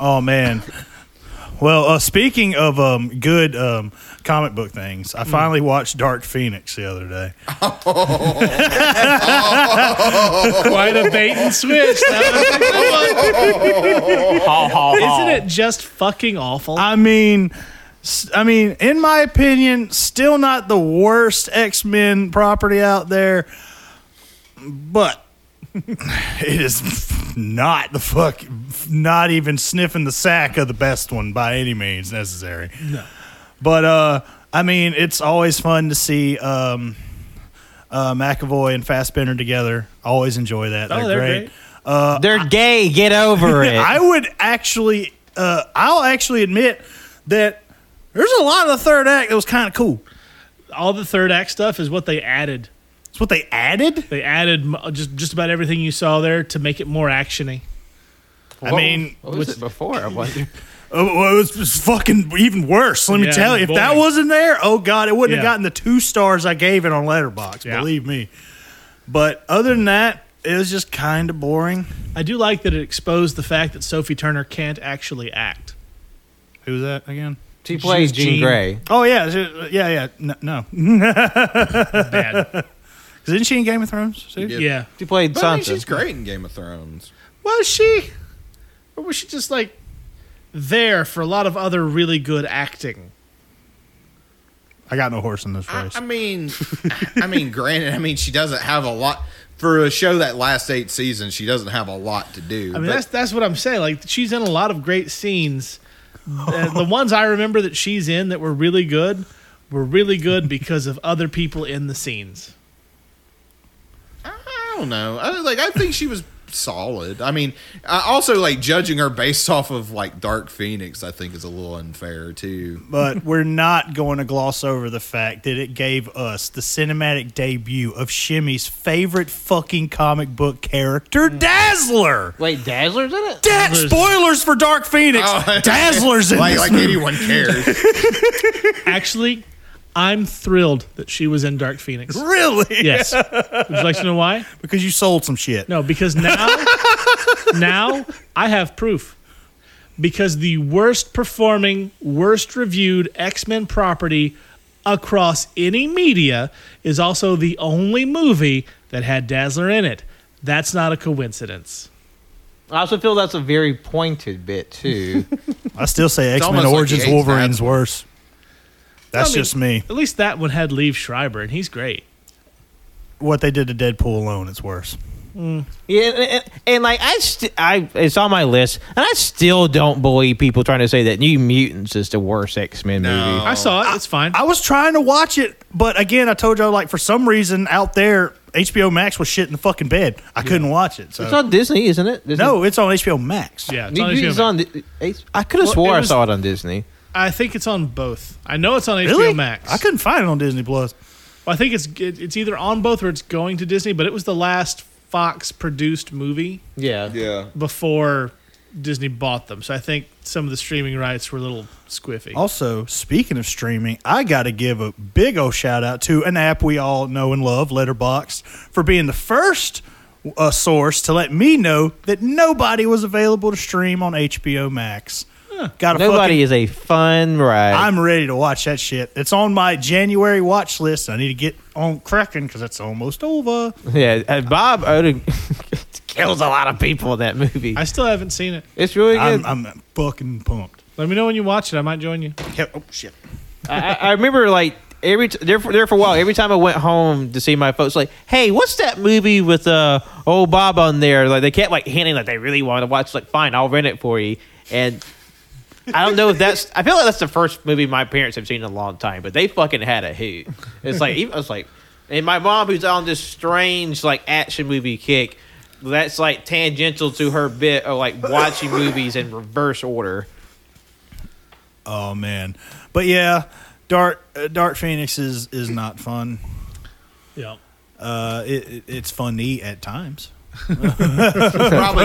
S2: Oh man. Well, uh, speaking of um, good um, comic book things, I finally watched Dark Phoenix the other day.
S7: Quite a bait and switch. Isn't it just fucking awful?
S2: I mean, s- I mean, in my opinion, still not the worst X Men property out there, but it is not the fuck, not even sniffing the sack of the best one by any means necessary. No, but uh, I mean, it's always fun to see. Um, uh, McAvoy and Fassbender together. Always enjoy that. Oh, They're,
S7: they're
S2: great.
S7: great.
S6: They're gay. Get over it.
S2: I would actually, uh, I'll actually admit that there's a lot of the third act that was kind of cool.
S7: All the third act stuff is what they added.
S2: It's what they added.
S7: They added m- just just about everything you saw there to make it more actiony.
S2: I mean,
S5: What was it before? I wonder.
S2: uh, well, it, was, it was fucking even worse. Let me
S7: Yeah,
S2: tell
S7: it
S2: you, if
S7: was
S2: that
S7: boring.
S2: wasn't there, oh god, it wouldn't have
S7: Yeah.
S2: gotten the two stars I gave it on Letterbox.
S7: Yeah.
S2: Believe me. But other than that, it was just kind of boring.
S7: I do like that it exposed the fact that Sophie Turner can't actually act.
S2: Who's that again?
S6: she plays
S7: she's
S6: Jean
S7: Jean.
S6: Grey.
S2: Oh yeah, is it- yeah, yeah. No, no.
S7: Bad.
S2: isn't she in Game of Thrones? too?
S3: Yeah.
S7: yeah.
S6: She played
S3: But I mean,
S6: Sansa.
S3: she's great in Game of Thrones.
S7: Was she? Or was she just like there for a lot of other really good acting?
S2: I got no horse in this
S3: I,
S2: race.
S3: I mean, I mean, granted, I mean, she doesn't have a lot for a show that lasts eight seasons. She doesn't have a lot to do.
S7: I mean,
S3: but-
S7: that's that's what I'm saying. Like she's in a lot of great scenes. Uh, the ones I remember that she's in that were really good were really good because of other people in the scenes.
S3: I don't know. I, like I think she was solid. I mean, I also like judging her based off of like Dark Phoenix. I think is a little unfair too.
S2: but we're not going to gloss over the fact that it gave us the cinematic debut of Shimmy's favorite fucking comic book character, Dazzler.
S6: Wait, Dazzler's in it.
S2: Da- spoilers for Dark Phoenix. Dazzler's in
S3: like
S2: this
S3: like
S2: movie.
S3: anyone cares.
S7: Actually, I'm thrilled that she was in Dark Phoenix.
S2: Really?
S7: Yes. Would you like to know why?
S2: Because you sold some shit.
S7: No, because now, now I have proof. Because the worst performing, worst reviewed X Men property across any media is also the only movie that had Dazzler in it. That's not a coincidence.
S6: I also feel that's a very pointed bit too.
S2: I still say X Men
S3: almost like
S2: Origins
S3: he hates
S2: Wolverine's
S3: Dazzler.
S2: worse. That's
S7: I mean-
S2: just me.
S7: At least that one had Liev Schreiber, and he's great.
S2: What they did to Deadpool alone, it's worse.
S6: Yeah, and, and, and, like I, st- I, it's on my list, and I still don't believe people trying to say that New Mutants is the worst X Men movie.
S7: I saw it. It's fine.
S2: Oh. I was trying to watch it, but again, I told y'all like for some reason out there, HBO Max was shit in the fucking bed. I couldn't watch it. So
S6: It's on Disney, isn't it? Disney-
S2: no, it's on HBO Max.
S7: yeah, it's
S6: New
S7: on
S6: Mutants
S7: HBO.
S6: on. Di- it's- I could have
S7: Well,
S6: swore
S7: it
S6: I
S7: was-
S6: saw it on Disney.
S7: I think it's on both. I know it's on HBO
S2: Really?
S7: Max.
S2: I couldn't find it on Disney Plus.
S7: Well, I think it's it, it's either on both or it's going to Disney, but it was the last Fox produced movie
S6: Yeah.
S3: Yeah.
S7: before Disney bought them. So I think some of the streaming rights were a little squiffy.
S2: Also, speaking of streaming, I got to give a big old shout out to an app we all know and love, Letterboxd, for being the first a source to let me know that nobody was available to stream on HBO Max. Got a fucking,
S6: Nobody is a fun ride.
S2: I'm ready to watch that shit. It's on my January watch list. I need to get on cracking because it's almost over.
S6: yeah, uh, Bob Oden kills a lot of people in that movie.
S7: I still haven't seen it.
S6: It's really good.
S2: I'm, I'm fucking pumped.
S7: Let me know when you watch it. I might join you.
S2: Hell- oh shit!
S6: I, I remember like every t- there for, there for a while. Every time I went home to see my folks, like, hey, what's that movie with uh old Bob on there? Like they kept like hinting like they really wanted to watch. Like, fine, I'll rent it for you. And I don't know if that's. I feel like that's the first movie my parents have seen in a long time, but they fucking had a hoot. It's like even, I was like, and my mom who's on this strange like action movie kick. That's like tangential to her bit of like watching movies in reverse order.
S2: Oh man, but yeah, Dark uh, Dark Phoenix is is not fun.
S7: Yeah.
S2: Uh, it, it, it's funny at times.
S3: Probably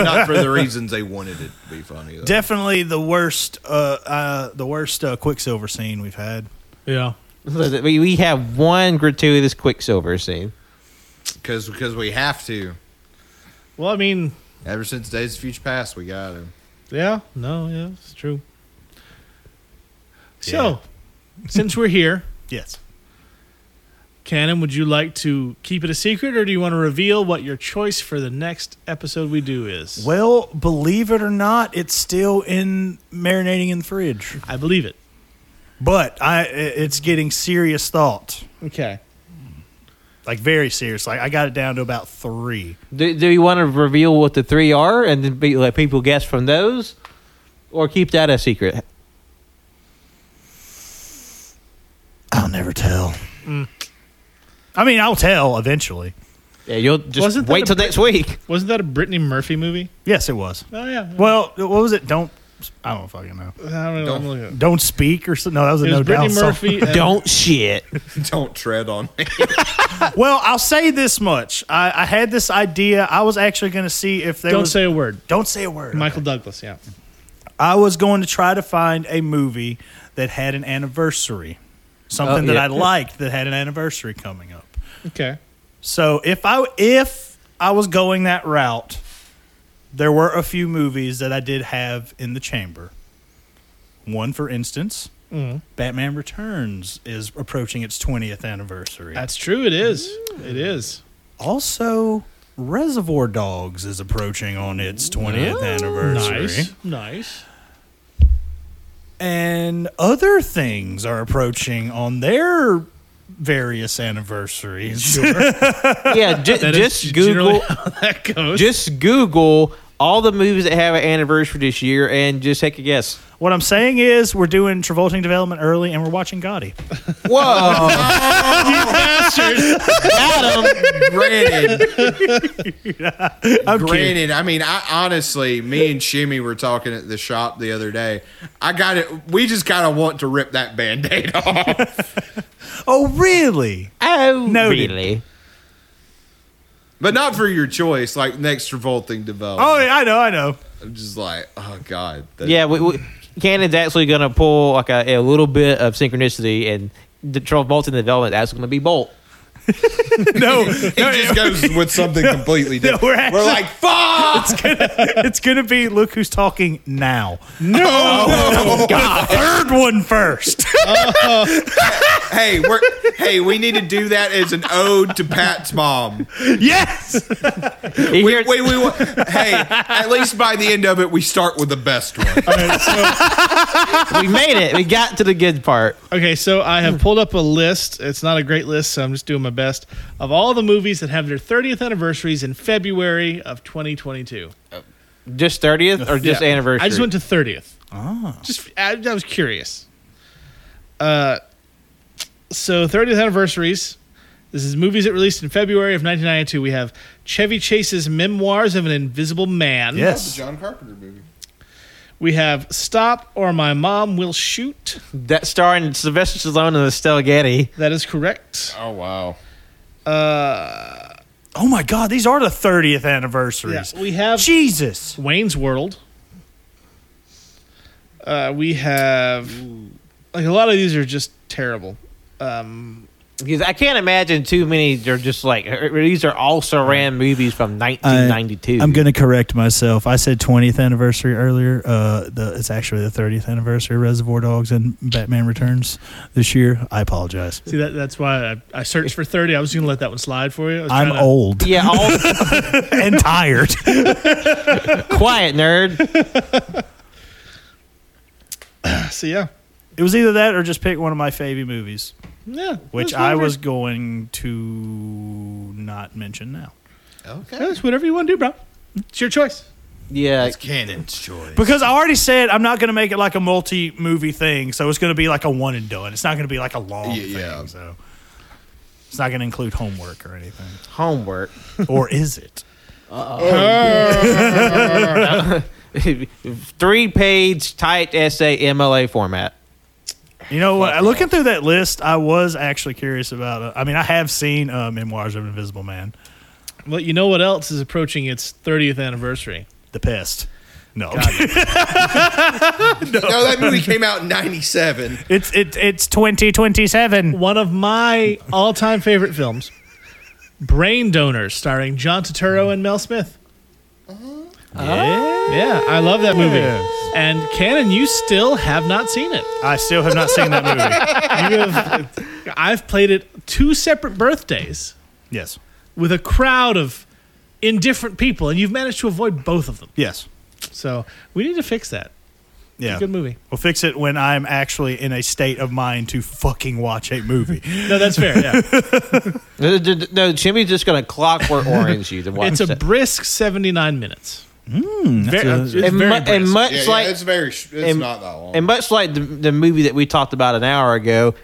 S3: not for the reasons they wanted it to be funny. Though.
S2: Definitely the worst. Uh, uh the worst uh, Quicksilver scene we've had.
S7: Yeah.
S6: We we have one gratuitous Quicksilver scene.
S3: Because we have to.
S7: Well, I mean,
S3: Ever since Days of Future Past, we got him.
S7: yeah. No, yeah, it's true. So, since we're here,
S2: Yes.
S7: Canon, would you like to keep it a secret or do you want to reveal what your choice for the next episode we do is?
S2: Well, believe it or not, it's still in marinating in the fridge.
S7: I believe it.
S2: But I, i- it's getting serious thought,
S7: Okay.
S2: like very serious. Like I got it down to about three.
S6: Do, do you want to reveal what the three are and then be, let people guess from those, or keep that a secret?
S2: I'll never tell. Mm. I mean, I'll tell eventually.
S6: Yeah, you'll just
S7: Wasn't that
S6: wait
S7: a
S6: till
S7: pre-
S6: next week.
S7: Wasn't that a Brittany Murphy movie?
S2: Yes, it was.
S7: Oh, yeah.
S2: Well, what was it? Don't I don't fucking know.
S7: I don't know. I'm looking at it.
S2: Don't speak or something. No, that was a
S7: It
S2: no
S7: was
S2: doubt
S7: Brittany
S2: song.
S7: Murphy. and-
S6: Don't shit.
S3: Don't tread on me.
S2: Well, I'll say this much. I, I had this idea. I was actually going to see if there
S7: Don't
S2: was.
S7: say a word.
S2: don't say a word.
S7: Michael Douglas, yeah.
S2: I was going to try to find a movie that had an anniversary, something that
S6: Oh, yeah.
S2: I liked that had an anniversary coming up.
S7: Okay.
S2: So if I if I was going that route, there were a few movies that I did have in the chamber. One, for instance,
S7: Mm-hmm.
S2: Batman Returns is approaching its twentieth anniversary.
S7: That's true. It is.
S6: Mm.
S7: It is.
S2: also, Reservoir Dogs is approaching on its twentieth anniversary.
S7: Oh, Nice. Nice.
S2: and other things are approaching on their various anniversaries.
S6: Yeah, ju-
S7: That is
S6: just
S7: generally
S6: Google.
S7: how that goes.
S6: Just Google all the movies that have an anniversary this year and just take a guess.
S2: what I'm saying is, we're doing Travolting Development early, and we're watching Gotti.
S6: Whoa,
S3: Granted. Granted. I mean, I honestly, me and Shimmy were talking at the shop the other day. I got it. We just kind of want to rip that band aid off.
S2: Oh, really?
S6: oh,
S2: Noted.
S6: really?
S3: but not for your choice, like next revolting development.
S2: Oh, yeah, I know, I know.
S3: I'm just like, oh, God. That-
S6: Yeah, we, we, Cannon's actually gonna pull like a, a little bit of synchronicity and the Travolta in the development. That's gonna be Bolt.
S2: No,
S3: It just goes with something completely different.
S2: we're
S3: we're,
S2: actually-
S3: like, fuck!
S2: it's gonna be look who's talking now. Oh,
S3: No!
S2: Third one first.
S3: hey, we're, hey, we need to do that as an ode to Pat's mom.
S2: yes.
S6: You
S3: We,
S6: hear-
S3: we, we, wa- hey, at least by the end of it, we start with the best one.
S6: we made it. We got to the good part.
S7: Okay, so I
S6: Hmm.
S7: have pulled up a list. It's not a great list, so I'm just doing my best of all the movies that have their 30th anniversaries in February of 2022.
S6: Just thirtieth or just
S7: Yeah.
S6: anniversary? Ah.
S7: I just went to 30th. Oh. Just I, I was curious. Uh, so 30th anniversaries. This is movies that released in February of 1992. We have Chevy Chase's Memoirs of an Invisible Man.
S2: Yes.
S3: John Carpenter movie.
S7: We have Stop or My Mom Will Shoot.
S6: that starring Sylvester Stallone and Estelle Getty.
S7: That is correct.
S3: Oh, wow.
S2: Oh my God, these are the 30th anniversaries.
S7: Yeah, we have-
S2: Jesus.
S7: Wayne's World. Uh, we have like a lot of these are just terrible. Um,
S6: Because I can't imagine too many. They're just like er, these are all Saran movies
S7: Uh,
S6: from 1992.
S2: I'm going to correct myself. I said 20th anniversary earlier. Uh, the, it's actually the 30th anniversary of Reservoir Dogs and Batman Returns this year. I apologize.
S7: See that? That's why I, I searched for thirty. I was gonna let that one slide for you. I was
S2: I'm
S7: trying to-
S2: old
S6: Yeah, all
S2: and tired.
S6: quiet nerd.
S7: So yeah,
S2: it was either that or just pick one of my favorite movies,
S7: yeah.
S2: which
S7: that's
S2: I
S7: whatever-
S2: was going to not mention now.
S3: Okay.
S7: That's whatever you want to do, bro. It's your choice.
S6: Yeah,
S3: Cannon's choice.
S2: Because I already said I'm not going to make it like a multi movie thing. So it's going to be like a one and done. It's not going to be like a long
S3: Yeah,
S2: thing.
S3: yeah.
S2: So it's not going to include homework or anything.
S6: homework.
S2: or is it?
S6: Three page tight essay MLA format.
S2: You know what? Looking through that list, I was actually curious about. Uh, I mean, I have seen uh, Memoirs of an Invisible Man,
S7: Well, you know what else is approaching its thirtieth anniversary?
S2: The Pest. No,
S3: No, that movie came out in '97.
S2: it's it, it's twenty twenty seven.
S7: One of my all-time favorite films, Brain Donors, starring John Turturro and Mel Smith.
S6: Uh-huh.
S7: Yeah, I love that movie. And Canon, you still have not seen it.
S2: I still have not seen that movie.
S7: You have, I've played it two separate birthdays
S2: Yes,
S7: with a crowd of indifferent people, and you've managed to avoid both of them.
S2: yes,
S7: So we need to fix that.
S2: yeah.
S7: Good movie.
S2: We'll fix it when I'm actually in a state of mind to fucking watch a movie.
S7: No, that's fair. Yeah.
S6: No, no, no, no, Jimmy's just gonna clockwork orange you to watch
S7: it's a
S6: that. Hmm,
S7: brisk 79 minutes. Very- uh,
S2: a-
S7: it's
S6: and, mu-
S7: very
S6: and
S7: brisk.
S6: much like
S3: very. It's
S6: and- not
S3: that long.
S6: and much like the, the movie that we talked about an hour ago,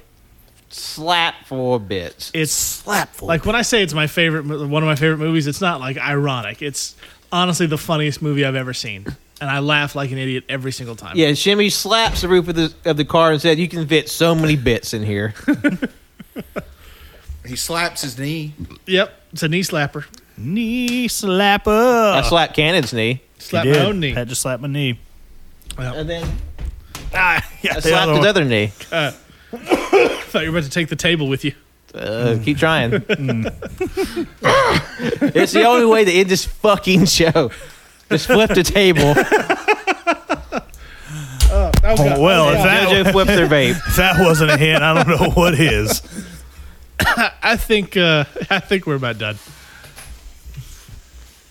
S6: slap for bits.
S2: It's slapful.
S7: like when I say it's my favorite, mo- one of my favorite movies, it's not like ironic. It's honestly the funniest movie I've ever seen, and I laugh like an idiot every single time.
S6: Yeah, Jimmy slaps the roof of the of the car and said, "You can fit so many bits in here."
S3: he slaps his knee.
S7: Yep. It's a knee slapper.
S2: knee slapper.
S6: I slapped Cannon's knee,
S7: Slap
S2: He
S7: my
S2: did.
S7: own knee.
S2: Had to slap my knee.
S6: and then
S2: Ah, yeah,
S6: I
S2: the
S6: slapped
S2: other
S6: his
S2: one.
S6: other knee.
S7: I thought you were about to take the table with you.
S6: Uh, keep trying. it's the only way to end this fucking show. Just flip the table.
S7: Oh, God.
S2: Oh, well, if that,
S6: JoJo flip their vape.
S2: if that wasn't a hint, I don't know what is.
S7: I think uh, I think we're about done.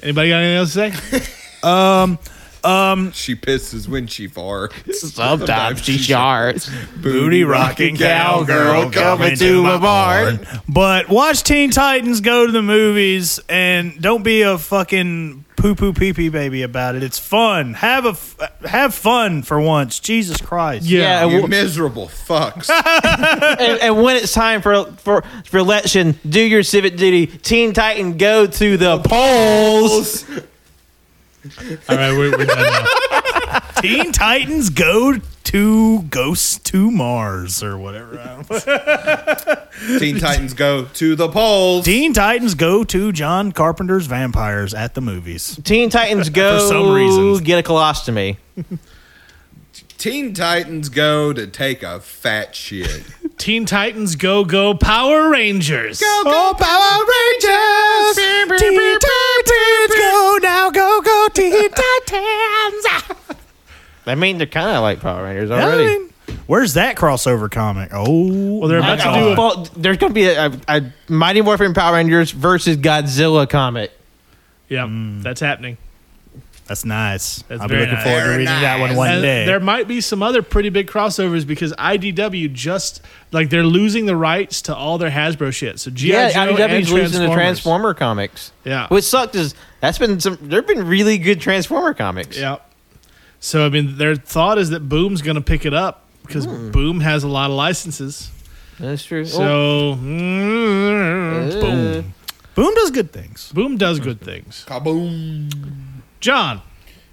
S7: Anybody got anything else to say?
S3: She pisses when she farts.
S6: Sometimes she sharts.
S2: Booty rocking cowgirl coming to my barn. But watch Teen Titans go to the movies and don't be a fucking poo poo pee pee baby about it. It's fun. Have a f- have fun for once. Jesus Christ.
S6: Yeah, and,
S3: You
S6: w-
S3: miserable fucks.
S6: and, and when it's time for, for for election, do your civic duty. Teen Titan, go to the polls.
S7: All right, we're, we're done now.
S2: Teen Titans go to Ghosts to Mars or whatever. I don't know.
S3: Teen Titans go to the polls.
S2: Teen Titans go to John Carpenter's Vampires at the movies.
S6: Teen Titans, go
S2: some reason.
S6: get a colostomy.
S3: Teen Titans go to take a fat shit.
S7: Teen Titans Go Go Power Rangers.
S2: Go Power Rangers! Teen Titans go now, go go Teen Titans!
S6: I mean, they're kind of like Power Rangers already.
S2: I mean, Where's that crossover comic? Oh, well,
S7: they're about to do a-
S6: Well, there's going to be a, a, a Mighty Morphin Power Rangers versus Godzilla comic.
S7: Yeah,
S2: Mm.
S7: that's happening.
S2: That's nice.
S7: That's
S2: I'll be
S7: very
S2: looking forward to
S3: nice.
S2: reading that one
S3: Very
S2: one
S7: And
S2: day.
S7: there might be some other pretty big crossovers because IDW just like they're losing the rights to all their Hasbro shit. So GI
S6: Yeah,
S7: Joe
S6: IDW's
S7: and
S6: losing the
S7: Transformers.
S6: Transformer comics.
S7: Yeah.
S6: What sucked is that's been some. There've been really good Transformer comics.
S7: Yeah. So I mean, their thought is that Boom's going to pick it up because
S6: Hmm.
S7: Boom has a lot of licenses.
S6: that's true. Oh,
S7: So mm,
S6: Eh. Boom.
S2: Boom does good things.
S7: Boom does good things.
S3: Kaboom.
S7: John,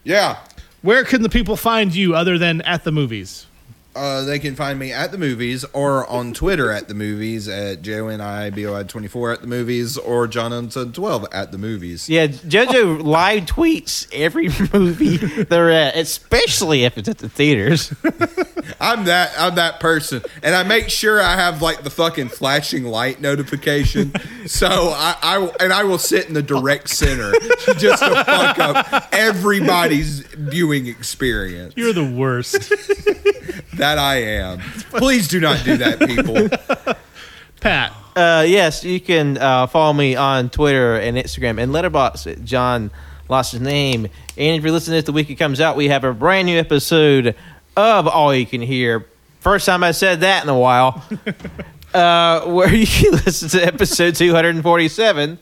S3: Yeah.
S7: where can the people find you other than at the movies?
S3: Uh, they can find me at the movies or on Twitter at the movies at J O N I B O I 24 at the movies or John Unson 12 at the movies.
S6: yeah, JoJo live tweets every movie they're at, especially if it's at the theaters.
S3: I'm that I'm that person, and I make sure I have like the fucking flashing light notification. so I, I will- and I will sit in the direct center just to fuck up everybody's viewing experience.
S7: You're the worst.
S3: That I am. Please do not do that, people.
S7: Pat,
S6: Uh, yes, you can uh, follow me on Twitter and Instagram and Letterbox. John lost his name. And if you're listening to this the week it comes out, we have a brand new episode of All You Can Hear. First time I said that in a while. uh, where you can listen to episode 247,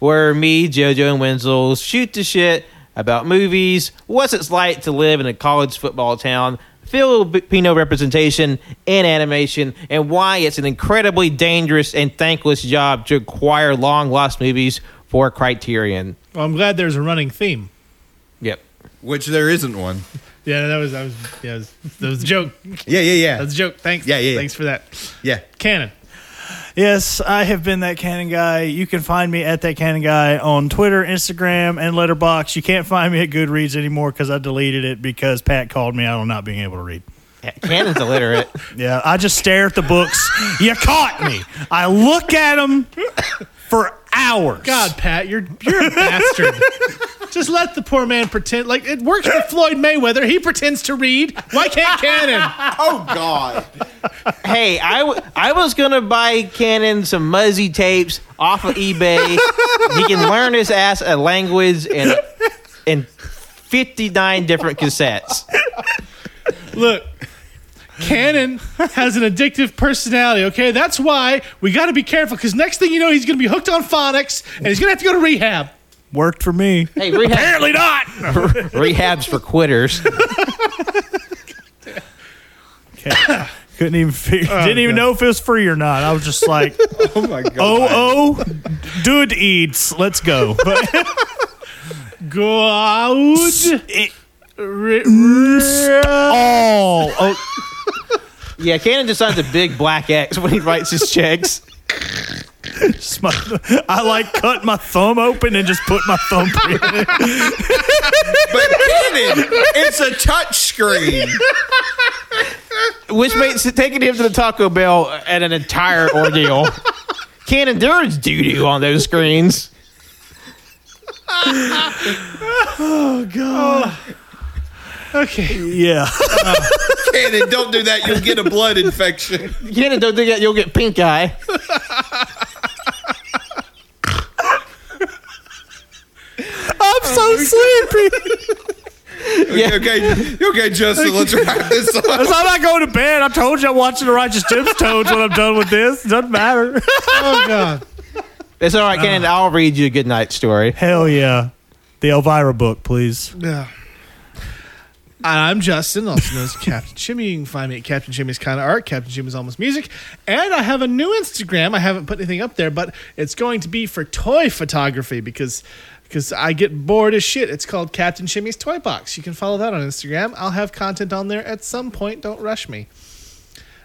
S6: where me, JoJo, and Wenzel shoot the shit about movies, what's it's like to live in a college football town, Filipino representation in animation, and why it's an incredibly dangerous and thankless job to acquire long lost movies for Criterion.
S7: well, I'm glad there's a running theme.
S6: Yep.
S3: Which there isn't one.
S7: Yeah, that was that was yeah, that was, that was a joke.
S3: Yeah, yeah, yeah,
S7: That's a joke. Thanks.
S3: Yeah, yeah, yeah.
S7: Thanks for that.
S3: yeah.
S7: Cannon.
S2: Yes, I have been that cannon guy. You can find me at that cannon guy on Twitter, Instagram, and Letterbox. You can't find me at Goodreads anymore because I deleted it because Pat called me out on not being able to read.
S6: Cannon's illiterate.
S2: Yeah, I just stare at the books. you caught me. I look at them for hours.
S7: God, Pat, you're you're a bastard. Just let the poor man pretend. Like it works for Floyd Mayweather. He pretends to read. Why can't Cannon?
S3: Oh God.
S6: Hey, I, w- I was gonna buy Cannon some Muzzy tapes off of eBay. he can learn his ass a language and and fifty nine different cassettes.
S7: Look, Cannon has an addictive personality. Okay, that's why we got to be careful. Because next thing you know, he's going to be hooked on phonics, and he's going to have to go to rehab.
S2: Worked for me.
S6: Hey, rehab, apparently not. Rehab's for quitters.
S2: Couldn't even figure, didn't even know if it was free or not. I was just like,
S3: Oh my God.
S2: oh, oh, dude eats. Let's go. But
S7: Go out.
S2: it,
S7: Re-
S2: all. Oh,
S6: Yeah, Cannon just signs a big black X when he writes his checks.
S2: just my- I like cut my thumb open and just put my thumbprint in it.
S3: But Cannon, it's a touch screen.
S6: Which makes it taking him to the Taco Bell at an entire ordeal. Cannon, there is doo doo on those screens.
S7: okay.
S2: Yeah.
S3: Cannon, don't do that. You'll get a blood infection.
S6: Cannon, don't do that, you'll get pink eye.
S2: I'm so sleepy.
S3: Okay, okay, okay, Justin, let's wrap this up.
S2: That's how I go to bed. I told you I'm watching The Righteous Gemstones when I'm done with this. Doesn't matter.
S7: Oh God.
S6: It's all right, Cannon. I'll read you a good night story.
S2: Hell yeah. The Elvira book, please.
S7: Yeah. I'm Justin, also known as Captain Jimmy. You can find me at Captain Jimmy's Kind of Art, Captain Jimmy's Almost Music. And I have a new Instagram. I haven't put anything up there, but it's going to be for toy photography because because I get bored as shit. It's called Captain Jimmy's Toy Box. You can follow that on Instagram. I'll have content on there at some point. Don't rush me.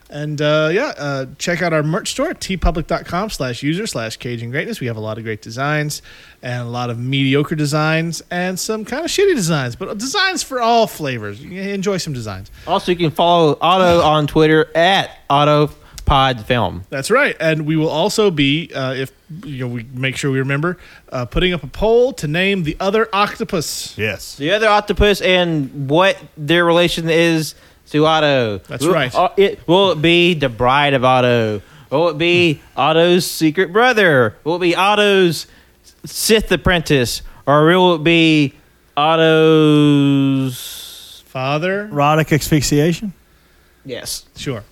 S7: And uh, yeah, uh, check out our merch store, tpublic.com slash user slash Cajun Greatness. We have a lot of great designs and a lot of mediocre designs and some kind of shitty designs, but designs for all flavors. You can enjoy some designs.
S6: Also, you can follow Otto on Twitter at Otto Pod Film.
S7: That's right. And we will also be, uh, if you know, we make sure we remember, uh, putting up a poll to name the other octopus.
S2: Yes.
S6: The other octopus and what their relation is to Otto.
S7: That's
S6: Will-
S7: right.
S6: uh, it, will it be the bride of Otto? Will it be Otto's secret brother? Will it be Otto's Sith apprentice? Or will it be Otto's.
S7: Father?
S2: Erotic asphyxiation.
S6: Yes.
S7: Sure.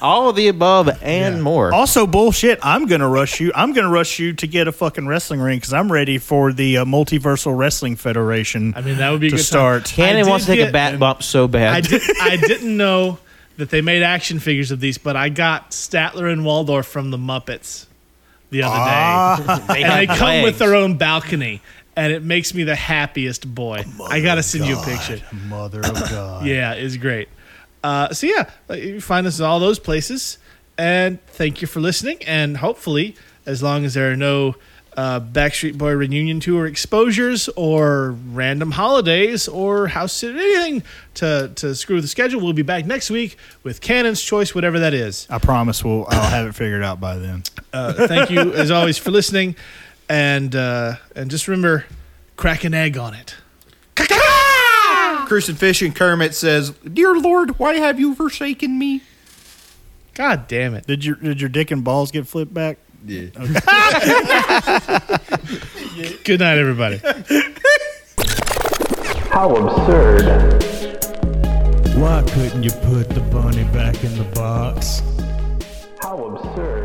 S6: All of the above and
S7: Yeah.
S6: more.
S2: Also, bullshit. I'm gonna rush you. I'm gonna rush you to get a fucking wrestling ring because I'm ready for the uh, Multiversal Wrestling Federation.
S7: I mean, that would be a
S2: to
S7: good time.
S2: start.
S6: Cannon
S7: I
S6: wants to
S7: did
S6: take a
S7: get-
S6: bat bump so bad.
S7: I, did, I didn't know that they made action figures of these, but I got Statler and Waldorf from the Muppets the other day. and they
S6: have
S7: come
S6: legs.
S7: with their own balcony, and it makes me the happiest boy. I got to send you a picture.
S2: Mother of God.
S7: Yeah, it's great. Uh, so, yeah, uh, you find us in all those places. And thank you for listening. And hopefully, as long as there are no uh, Backstreet Boy reunion tour exposures or random holidays or house sit anything to, to screw with the schedule. We'll be back next week with Canon's Choice, whatever that is.
S2: I promise we'll I'll have it figured out by then.
S7: Uh, thank you, as always, for listening. And, uh, and just remember, crack an egg on it.
S3: Crucian Fish and Kermit says, Dear Lord, why have you forsaken me?
S7: God damn it.
S2: Did your did your dick and balls get flipped back?
S7: Good night, everybody.
S9: How absurd.
S10: Why couldn't you put the bunny back in the box?
S9: How absurd.